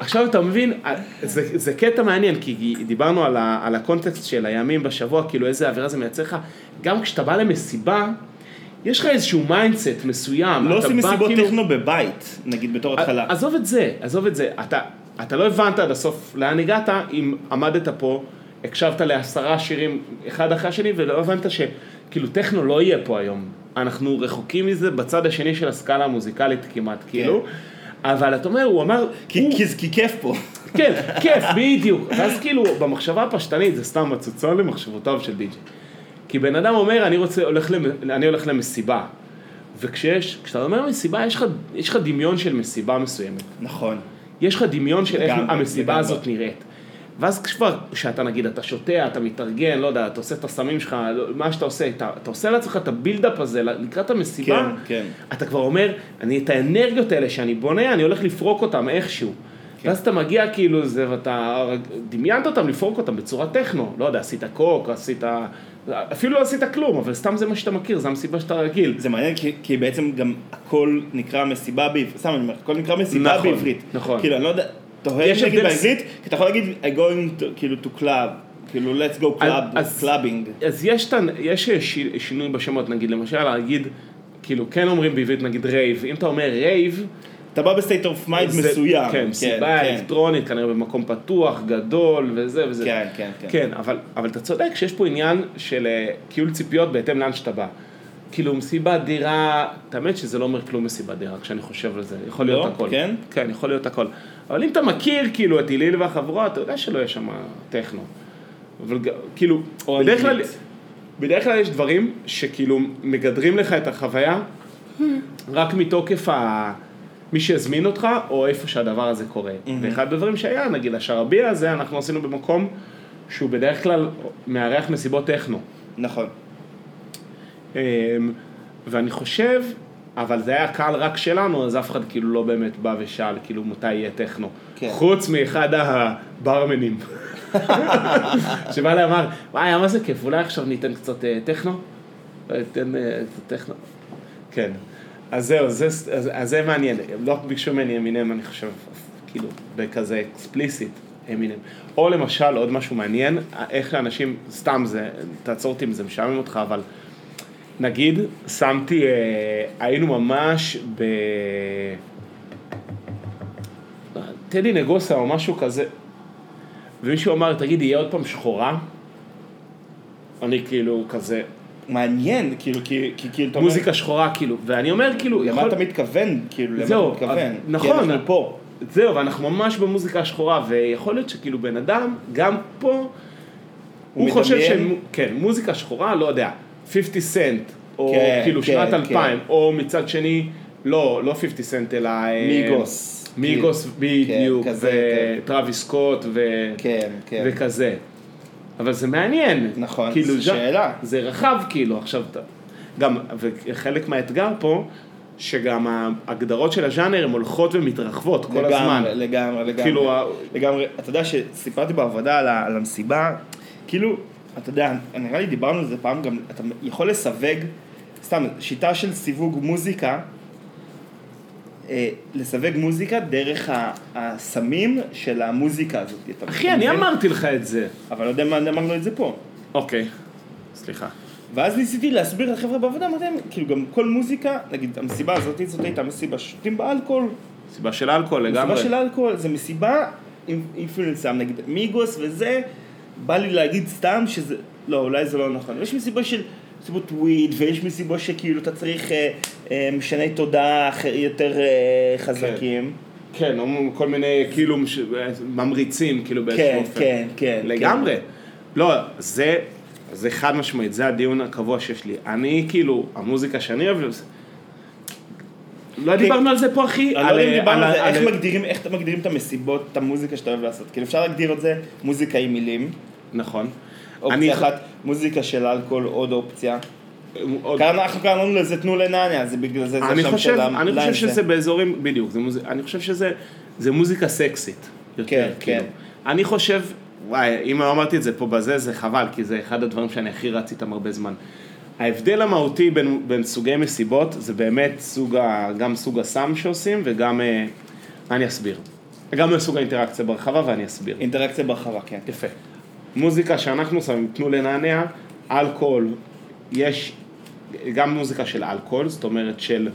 Speaker 3: עכשיו אתה מבין, אה, זה, זה קטע מעניין, כי דיברנו על, ה, על הקונטקסט של הימים בשבוע, כאילו איזה אווירה זה מייצר לך, גם כשאתה בא למסיבה, יש לך איזשהו מיינדסט מסוים.
Speaker 4: לא
Speaker 3: אתה
Speaker 4: עושים
Speaker 3: בא
Speaker 4: מסיבות
Speaker 3: כאילו-
Speaker 4: טכנו בבית, נגיד בתור התחלה.
Speaker 3: עזוב את זה, עזוב את זה. אתה, אתה לא הבנת עד הסוף לאן הגעת אם עמדת פה, הקשבת לעשרה שירים אחד אחרי השני, ולא הבנת שכאילו טכנו לא יהיה פה היום. אנחנו רחוקים מזה בצד השני של הסקאלה המוזיקלית כמעט, כאילו. אבל אתה אומר, הוא אמר,
Speaker 4: כן. כי, כי, זה- כי כיף פה.
Speaker 3: כן, כיף, בדיוק. ואז כאילו, במחשבה הפשטנית, זה סתם הצצה למחשבותיו של די.ג'י. כי בן אדם אומר, אני רוצה, הולך, למ- אני הולך למסיבה. וכשיש, כשאתה אומר מסיבה, יש לך, יש לך דמיון של מסיבה מסוימת.
Speaker 4: נכון.
Speaker 3: יש לך דמיון של איך
Speaker 4: לגמרי,
Speaker 3: המסיבה
Speaker 4: לגמרי.
Speaker 3: הזאת נראית. ואז כבר, כשאתה נגיד, אתה שותה, אתה מתארגן, לא יודע, אתה עושה את הסמים שלך, לא- מה שאתה עושה, אתה, אתה עושה לעצמך את הבילדאפ הזה לקראת המסיבה,
Speaker 4: כן, כן.
Speaker 3: אתה כבר אומר, אני את האנרגיות האלה שאני בונה, אני הולך לפרוק אותם איכשהו. כן. ואז אתה מגיע כאילו זה, ואתה דמיינת אותם לפרוק אותם בצורה טכנו, לא יודע, עשית קוק, עשית, אפילו לא עשית כלום, אבל סתם זה מה שאתה מכיר, זו המסיבה שאתה רגיל.
Speaker 4: זה מעניין כי, כי בעצם גם הכל נקרא מסיבה בעברית, סתם אני אומר, הכל נקרא מסיבה
Speaker 3: נכון,
Speaker 4: בעברית.
Speaker 3: נכון.
Speaker 4: כאילו, אני לא יודע, תוהה אם
Speaker 3: יש
Speaker 4: להגיד
Speaker 3: הבדל-
Speaker 4: באנגלית, כי אתה יכול להגיד, I going to, כאילו to club, כאילו let's go club,
Speaker 3: אז-
Speaker 4: clubbing.
Speaker 3: אז יש, תן, יש ש, שינוי בשמות, נגיד, למשל, להגיד, כאילו, כן אומרים בעברית, נגיד רייב, אם אתה אומר רייב,
Speaker 4: אתה בא בסטייט אוף מיינד
Speaker 3: זה-
Speaker 4: מסוים.
Speaker 3: כן, מסיבה אלקטרונית, כנראה במקום פתוח, גדול, וזה וזה.
Speaker 4: כן, כן, כן.
Speaker 3: כן, אבל, אבל אתה צודק שיש פה עניין של אה, כיול ציפיות בהתאם לאן שאתה בא. כאילו, מסיבת דירה, את האמת שזה לא אומר כלום מסיבת דירה, כשאני חושב על זה, יכול להיות
Speaker 4: לא?
Speaker 3: הכל.
Speaker 4: כן?
Speaker 3: כן, יכול להיות הכל. אבל אם אתה מכיר, כאילו, את הלל והחבורה, אתה יודע שלא יהיה שם טכנו. אבל ג- כאילו,
Speaker 4: או
Speaker 3: בדרך כלל,
Speaker 4: אנגלית.
Speaker 3: בדרך כלל יש דברים שכאילו מגדרים לך את החוויה רק מתוקף ה... מי שהזמין אותך, או איפה שהדבר הזה קורה. ואחד הדברים שהיה, נגיד השרביע הזה, אנחנו עשינו במקום שהוא בדרך כלל מארח מסיבות טכנו.
Speaker 4: נכון.
Speaker 3: אמ, ואני חושב, אבל זה היה קהל רק שלנו, אז אף אחד כאילו לא באמת בא ושאל כאילו מתי יהיה טכנו.
Speaker 4: כן.
Speaker 3: חוץ מאחד הברמנים. שבא אליי ואמר, וואי, היה מה זה כיף, אולי עכשיו ניתן קצת אה, טכנו? ניתן אה, קצת טכנו. כן. אז זהו, זה, אז, אז זה מעניין. לא ביקשו ממני אמינם, אני חושב, כאילו, בכזה אקספליסיט אמינם. או למשל, עוד משהו מעניין, אה, איך שאנשים, סתם זה, תעצור אותי אם זה משעמם אותך, אבל נגיד, שמתי, אה, היינו ממש ב... טדי נגוסה או משהו כזה, ומישהו אמר, תגיד, יהיה עוד פעם שחורה? אני כאילו כזה,
Speaker 4: מעניין, כאילו, כי כי- כאילו, אתה אומר,
Speaker 3: מוזיקה שחורה כאילו, ואני אומר כאילו,
Speaker 4: למה אתה מתכוון, כאילו, למה אתה
Speaker 3: זהו,
Speaker 4: מתכוון? כן,
Speaker 3: אז-
Speaker 4: כי
Speaker 3: נכון,
Speaker 4: אנחנו פה.
Speaker 3: זהו, ואנחנו ממש במוזיקה השחורה, ויכול להיות שכאילו בן אדם, גם פה, הוא
Speaker 4: מדמיין?
Speaker 3: חושב שהם, כן, מוזיקה שחורה, לא יודע, 50 סנט, או
Speaker 4: כן,
Speaker 3: כאילו
Speaker 4: כן,
Speaker 3: שנת
Speaker 4: כן.
Speaker 3: 2000, או מצד שני, לא, לא 50 סנט, אלא... אה,
Speaker 4: מיגוס.
Speaker 3: מיגוס בדיוק,
Speaker 4: כזה, כן.
Speaker 3: וטרוויס סקוט, ו-
Speaker 4: כן, כן.
Speaker 3: וכזה. אבל זה מעניין.
Speaker 4: נכון,
Speaker 3: כאילו,
Speaker 4: זו
Speaker 3: ז'אן-
Speaker 4: שאלה.
Speaker 3: זה רחב כאילו, עכשיו אתה... גם, וחלק מהאתגר פה, שגם ההגדרות של הז'אנר הן הולכות ומתרחבות כל
Speaker 4: לגמרי,
Speaker 3: הזמן.
Speaker 4: לגמרי, לגמרי.
Speaker 3: כאילו, ה-
Speaker 4: לגמרי. אתה יודע שסיפרתי בעבודה על, ה- על המסיבה, כאילו, אתה יודע, נראה לי דיברנו על זה פעם גם, אתה יכול לסווג, סתם, שיטה של סיווג מוזיקה, אה, לסווג מוזיקה דרך ה- הסמים של המוזיקה הזאת. אתה
Speaker 3: אחי, אני
Speaker 4: מבין?
Speaker 3: אמרתי לך את זה.
Speaker 4: אבל לא יודע מה אמרנו את זה פה.
Speaker 3: אוקיי, סליחה.
Speaker 4: ואז ניסיתי להסביר לחבר'ה בעבודה, אמרתי להם, כאילו גם כל מוזיקה, נגיד המסיבה הזאת, זאת הייתה מסיבה ששותים באלכוהול,
Speaker 3: סיבה של אלכוהול לגמרי.
Speaker 4: מסיבה של אלכוהול, זה מסיבה עם אינפלואנס סם, נגיד מיגוס וזה, בא לי להגיד סתם שזה, לא, אולי זה לא נכון. יש מסיבה של מסיבות וויד, ויש מסיבה שכאילו אתה צריך אה, אה, משני תודעה אחר- יותר אה, חזקים.
Speaker 3: כן, אמרו כל מיני, כאילו, מש- ממריצים, כאילו, באיזשהו
Speaker 4: כן,
Speaker 3: אופן.
Speaker 4: כן, כן.
Speaker 3: לגמרי. לא, זה, זה חד משמעית, זה הדיון הקבוע שיש לי. אני, כאילו, המוזיקה שאני אוהב, זה- לא דיברנו על זה פה, אחי.
Speaker 4: אני כן. לא יודע אם דיברנו על זה,
Speaker 3: על-
Speaker 4: איך מגדירים, איך אתם מגדירים את המסיבות, את המוזיקה שאתה אוהב לעשות. כאילו אפשר להגדיר את זה מוזיקה עם מילים,
Speaker 3: נכון. אני-
Speaker 4: אופציה אחת, מוזיקה של אלכוהול, עוד אופציה.
Speaker 3: עוד-
Speaker 4: כאן אנחנו קראנו לזה תנו לנניה, זה בגלל זה, זה
Speaker 3: אני
Speaker 4: השם
Speaker 3: חושב,
Speaker 4: של ה-
Speaker 3: אני חושב
Speaker 4: line
Speaker 3: שזה באזורים, בדיוק, זה מוזיק, אני חושב שזה זה מוזיקה סקסית. יותר,
Speaker 4: כן,
Speaker 3: כאילו.
Speaker 4: כן.
Speaker 3: אני חושב, וואי, אם לא אמרתי את זה פה בזה, זה חבל, כי זה אחד הדברים שאני הכי רץ איתם הרבה זמן. ההבדל המהותי בין, בין סוגי מסיבות, זה באמת סוג ה, גם סוג הסם שעושים, וגם, אה, אני אסביר. גם סוג האינטראקציה ברחבה, ואני אסביר.
Speaker 4: אינטראקציה ברחבה, כן.
Speaker 3: יפה. מוזיקה שאנחנו שמים, תנו לנענע, אלכוהול, יש גם מוזיקה של אלכוהול, זאת אומרת של,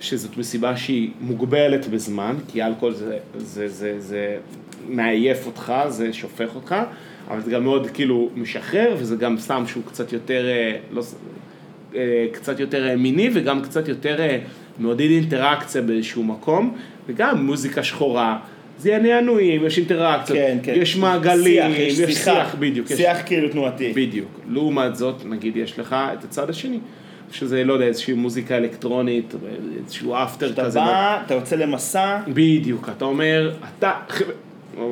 Speaker 3: שזאת מסיבה שהיא מוגבלת בזמן, כי אלכוהול זה, זה, זה, זה מעייף אותך, זה שופך אותך, אבל זה גם מאוד כאילו משחרר, וזה גם סם שהוא קצת יותר, אה, לא, ס- אה, קצת יותר אה, מיני וגם קצת יותר אה, מעודד אינטראקציה באיזשהו מקום, וגם מוזיקה שחורה. זה ינענועים, יש אינטראקציות,
Speaker 4: כן, כן.
Speaker 3: יש מעגלים,
Speaker 4: שיח,
Speaker 3: יש שיח, בדיוק. יש-
Speaker 4: שיח כאילו תנועתי.
Speaker 3: בדיוק. לעומת זאת, נגיד יש לך את הצד השני, שזה, לא יודע, איזושהי מוזיקה אלקטרונית, איזשהו אפטר
Speaker 4: אתה
Speaker 3: כזה.
Speaker 4: בא, אתה יוצא למסע,
Speaker 3: בדיוק, אתה אומר, אתה,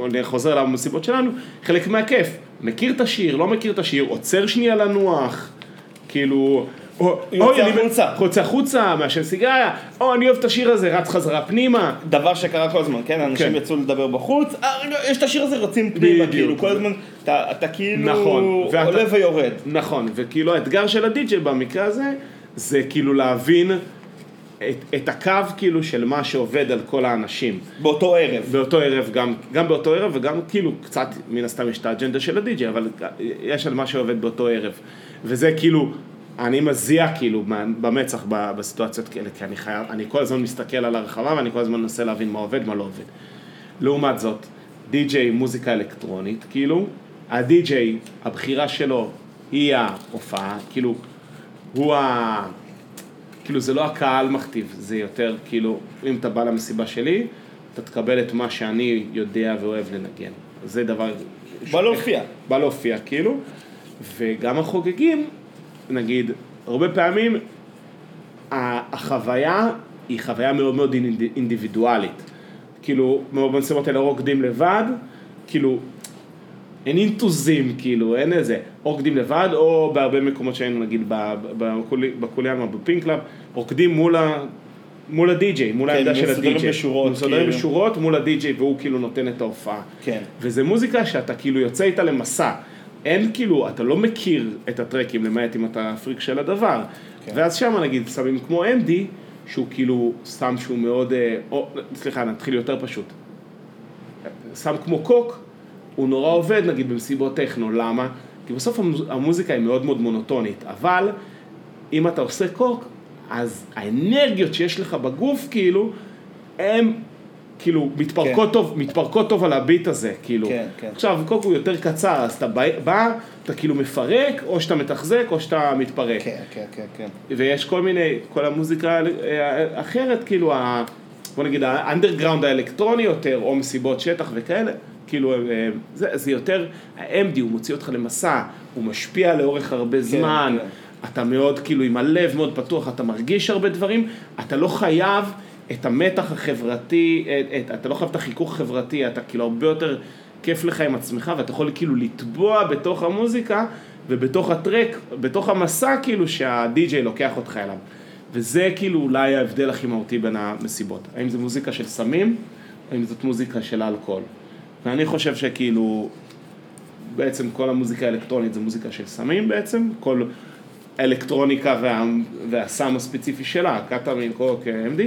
Speaker 3: אני חוזר למסיבות שלנו, חלק מהכיף, מכיר את השיר, לא מכיר את השיר, עוצר שנייה לנוח, כאילו, או,
Speaker 4: יוצא
Speaker 3: אוי, אני-
Speaker 4: החוצה.
Speaker 3: יוצא החוצה, מעשן סיגריה, או אני אוהב את השיר הזה, רץ חזרה פנימה,
Speaker 4: דבר שקרה כל הזמן, כן? אנשים
Speaker 3: כן.
Speaker 4: יצאו לדבר בחוץ, אה, רגע, יש את השיר הזה, רצים פנימה,
Speaker 3: בדיוק.
Speaker 4: כאילו, כל הזמן, אתה אתה כאילו
Speaker 3: נכון, ואתה-
Speaker 4: עולה ויורד.
Speaker 3: נכון, וכאילו האתגר של הדי-ג'יי במקרה הזה, זה כאילו להבין את, את הקו כאילו של מה שעובד על כל האנשים.
Speaker 4: באותו ערב.
Speaker 3: באותו ערב, גם, גם באותו ערב וגם כאילו קצת, מן הסתם יש את האג'נדה של הדי-ג'יי, אבל יש על מה שעובד באותו ערב. וזה כאילו, אני מזיע כאילו מה- במצח ב- בסיטואציות כאלה, כי אני חייב, אני כל הזמן מסתכל על הרחבה ואני כל הזמן מנסה להבין מה עובד, מה לא עובד. לעומת זאת, די-ג'יי מוזיקה אלקטרונית, כאילו, הדי-ג'יי, הבחירה שלו היא ההופעה, כאילו, הוא ה... כאילו זה לא הקהל מכתיב, זה יותר כאילו, אם אתה בא למסיבה שלי, אתה תקבל את מה שאני יודע ואוהב לנגן. זה דבר...
Speaker 4: בא להופיע.
Speaker 3: בא להופיע כאילו, וגם החוגגים, נגיד, הרבה פעמים ה- החוויה היא היא חוויה מאוד מאוד אינד- אינדיבידואלית. כאילו, מאוד בנסיבות האלה רוקדים לבד, כאילו, אין אינטוזים, כאילו, אין איזה, רוקדים לבד, או בהרבה מקומות שהיינו, נגיד, ב- בקולי- בקוליאמה, בפינק קלאב, רוקדים מול ה... מול הדי-ג'יי, מול העמדה של
Speaker 4: מסודרים
Speaker 3: הדי-ג'יי.
Speaker 4: כן, בשורות,
Speaker 3: מסודרים
Speaker 4: כאילו.
Speaker 3: בשורות מול הדי-ג'יי, והוא כאילו נותן את ההופעה.
Speaker 4: כן.
Speaker 3: וזה מוזיקה שאתה כאילו יוצא איתה למסע. אין כאילו, אתה לא מכיר את הטרקים למעט אם אתה פריק של הדבר. כן. ואז שם נגיד שמים כמו אנדי, שהוא כאילו סם שהוא מאוד, אה, או, סליחה, נתחיל יותר פשוט. סם כמו קוק, הוא נורא עובד נגיד במסיבות טכנו, למה? כי בסוף המוז- המוזיקה היא מאוד מאוד מונוטונית, אבל אם אתה עושה קוק, אז האנרגיות שיש לך בגוף, כאילו, הן כאילו מתפרקות, כן. טוב, מתפרקות טוב על הביט הזה, כאילו.
Speaker 4: כן, כן.
Speaker 3: עכשיו, קוק הוא יותר קצר, אז אתה בא, בא, אתה כאילו מפרק, או שאתה מתחזק, או שאתה מתפרק.
Speaker 4: כן, כן, כן, כן.
Speaker 3: ויש כל מיני, כל המוזיקה האחרת, כאילו, ה, בוא נגיד, האנדרגראונד האלקטרוני יותר, או מסיבות שטח וכאלה, כאילו, הם- הם- זה, זה יותר, ה-MD, הוא מוציא אותך למסע, הוא משפיע לאורך הרבה כן, זמן, כן. אתה מאוד, כאילו, עם הלב מאוד פתוח, אתה מרגיש הרבה דברים, אתה לא חייב את המתח החברתי, את, את, אתה לא חייב את החיכוך החברתי, אתה כאילו הרבה יותר... כיף לך עם עצמך ואתה יכול כאילו לטבוע בתוך המוזיקה ובתוך הטרק, בתוך המסע כאילו שהדי-ג'יי לוקח אותך אליו. וזה כאילו אולי ההבדל הכי מהותי בין המסיבות. האם זו מוזיקה של סמים, או אם זאת מוזיקה של אלכוהול. ואני חושב שכאילו, בעצם כל המוזיקה האלקטרונית זה מוזיקה של סמים בעצם, כל אלקטרוניקה וה... והסם הספציפי שלה, קטאמין, קוק, MD,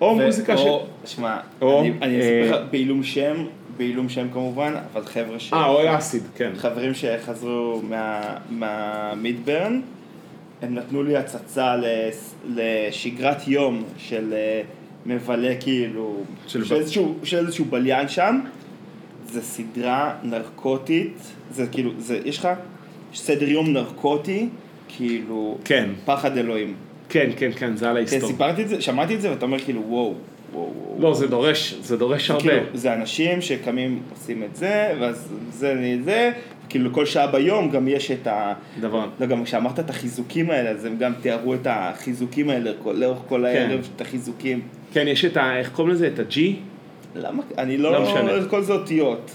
Speaker 3: או מוזיקה של...
Speaker 4: או, שמע,
Speaker 3: או,
Speaker 4: אני אני אספר
Speaker 3: אה,
Speaker 4: לך בעילום שם, בעילום שם כמובן, אבל חבר'ה ש...
Speaker 3: אה, או אסיד, כן.
Speaker 4: חברים שחזרו מה- מהמידברן, הם נתנו לי הצצה לס- לשגרת יום של אה, מבלה כאילו,
Speaker 3: של
Speaker 4: של,
Speaker 3: ב-
Speaker 4: איזשהו, של איזשהו בליין שם, זה סדרה נרקוטית, זה כאילו, זה, יש לך סדר יום נרקוטי, כאילו,
Speaker 3: כן.
Speaker 4: פחד אלוהים.
Speaker 3: כן, כן, כן, זה על
Speaker 4: כן,
Speaker 3: ההיסטוריה.
Speaker 4: סיפרתי את זה, שמעתי את זה ואתה אומר כאילו וואו, וואו, וואו.
Speaker 3: לא, זה דורש, זה דורש הרבה.
Speaker 4: כאילו, זה אנשים שקמים, עושים את זה, ואז זה, אני זה, כאילו כל שעה ביום גם יש את ה...
Speaker 3: דבר.
Speaker 4: לא, גם כשאמרת את החיזוקים האלה, אז הם גם תיארו את החיזוקים האלה כל- לאורך כל הערב, את החיזוקים.
Speaker 3: כן, יש את ה... איך קוראים לזה? את ה-G?
Speaker 4: למה? אני לא...
Speaker 3: לא משנה.
Speaker 4: כל זה אותיות.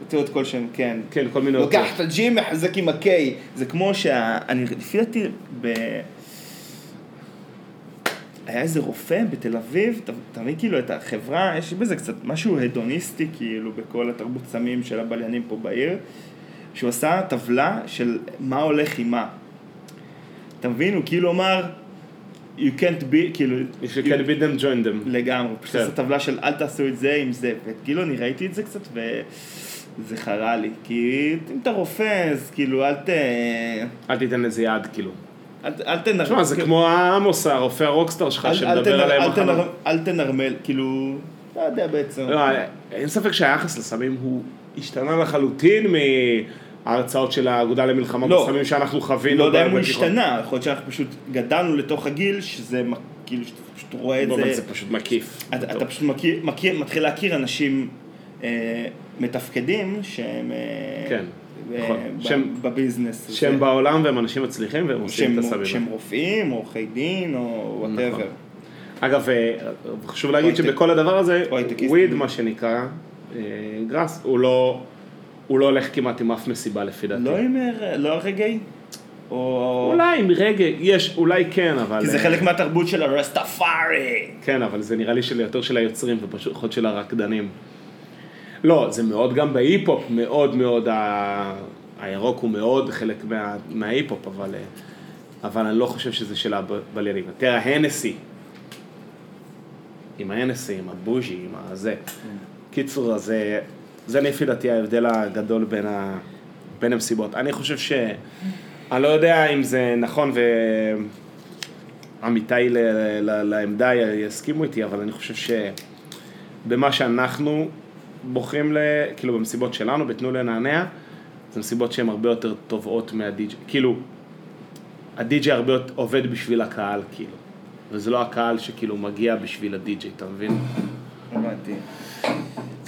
Speaker 4: אותיות כלשהן, כן.
Speaker 3: כן, כל מיני...
Speaker 4: לוקח
Speaker 3: אותיות.
Speaker 4: את הג'י, מחזק עם הקיי. זה כמו שה... אני, לפי דעתי, ב... היה איזה רופא בתל אביב, אתה- אתה מבין כאילו את החברה, יש בזה קצת משהו הדוניסטי כאילו בכל התרבות סמים של הבליינים פה בעיר, שהוא עשה טבלה של מה הולך עם מה. אתה מבין? הוא כאילו אמר, you can't be, כאילו,
Speaker 3: If you can beat them, join them.
Speaker 4: לגמרי, פשוט
Speaker 3: כן.
Speaker 4: עשה טבלה של אל תעשו את זה עם זה, וכאילו אני ראיתי את זה קצת וזה חרה לי, כי אם אתה רופא אז כאילו אל ת...
Speaker 3: אל תיתן לזה יד, כאילו.
Speaker 4: אל, ת- אל תנרמל, כאילו,
Speaker 3: תשמע, זה כמו העמוס, הרופא הרוקסטאר שלך,
Speaker 4: אל, אל,
Speaker 3: שמדבר
Speaker 4: תנר...
Speaker 3: עליהם
Speaker 4: אל,
Speaker 3: אחריו.
Speaker 4: תנר... אל תנרמל, כאילו, לא יודע בעצם,
Speaker 3: לא, אין ספק שהיחס לסמים הוא השתנה לחלוטין מההרצאות של האגודה למלחמה
Speaker 4: לא.
Speaker 3: בסמים שאנחנו חווינו.
Speaker 4: לא יודע אם הוא
Speaker 3: בתיכון.
Speaker 4: השתנה, יכול להיות שאנחנו פשוט גדלנו לתוך הגיל, שזה מ- כאילו, שאתה פשוט רואה את
Speaker 3: לא, אבל
Speaker 4: זה,
Speaker 3: זה פשוט מקיף.
Speaker 4: אתה, אתה פשוט מכיר, מכיר, מתחיל להכיר אנשים אה, מתפקדים שהם, אה,
Speaker 3: כן,
Speaker 4: אה,
Speaker 3: נכון.
Speaker 4: ב-
Speaker 3: שהם-
Speaker 4: בביזנס,
Speaker 3: שהם
Speaker 4: זה-
Speaker 3: בעולם והם אנשים מצליחים והם עושים את
Speaker 4: שהם,
Speaker 3: הסמים.
Speaker 4: שהם רופאים, או עורכי דין, או
Speaker 3: נכון.
Speaker 4: וואטאבר.
Speaker 3: אגב, אה, חשוב להגיד
Speaker 4: הייטק-
Speaker 3: שבכל הדבר הזה,
Speaker 4: או הייטקיסטים.
Speaker 3: וויד, מה שנקרא, אה, גראס, הוא לא... הוא לא הולך כמעט עם אף מסיבה לפי דעתי.
Speaker 4: לא עם הר- לא הרגעי? או...
Speaker 3: אולי עם רגע, יש, אולי כן, אבל...
Speaker 4: כי זה
Speaker 3: אה,
Speaker 4: חלק מהתרבות של הרסטפארי.
Speaker 3: כן, אבל זה נראה לי של יותר של היוצרים ופחות של הרקדנים. לא, זה מאוד גם בהיפ-הופ, מאוד מאוד, ה... הירוק הוא מאוד חלק מה... מההיפ-הופ, אבל, אה, אבל אני לא חושב שזה של הבליינים. תראה, הנסי, עם ההנסי, עם הבוז'י, עם הזה. קיצור, אז אה, זה לפי דעתי ההבדל הגדול בין, ה... בין המסיבות. אני חושב ש... אני לא יודע אם זה נכון ו... עמיתיי ל- ל- לעמדה י- יסכימו איתי, אבל אני חושב שבמה שאנחנו בוחרים, ל... כאילו במסיבות שלנו, בתנו לנענע, זה מסיבות שהן הרבה יותר טובעות מהדי-ג'יי, כאילו, הדי-ג'יי הרבה יותר עובד בשביל הקהל, כאילו, וזה לא הקהל שכאילו מגיע בשביל הדי-ג'יי, אתה מבין?
Speaker 4: לא הבנתי.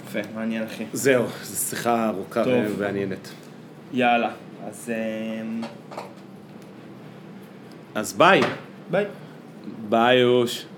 Speaker 4: יפה, מעניין אחי.
Speaker 3: זהו, זו שיחה ארוכה
Speaker 4: טוב.
Speaker 3: ומעניינת.
Speaker 4: יאללה. אז אמ,
Speaker 3: אז ביי.
Speaker 4: ביי.
Speaker 3: ביי, אוש.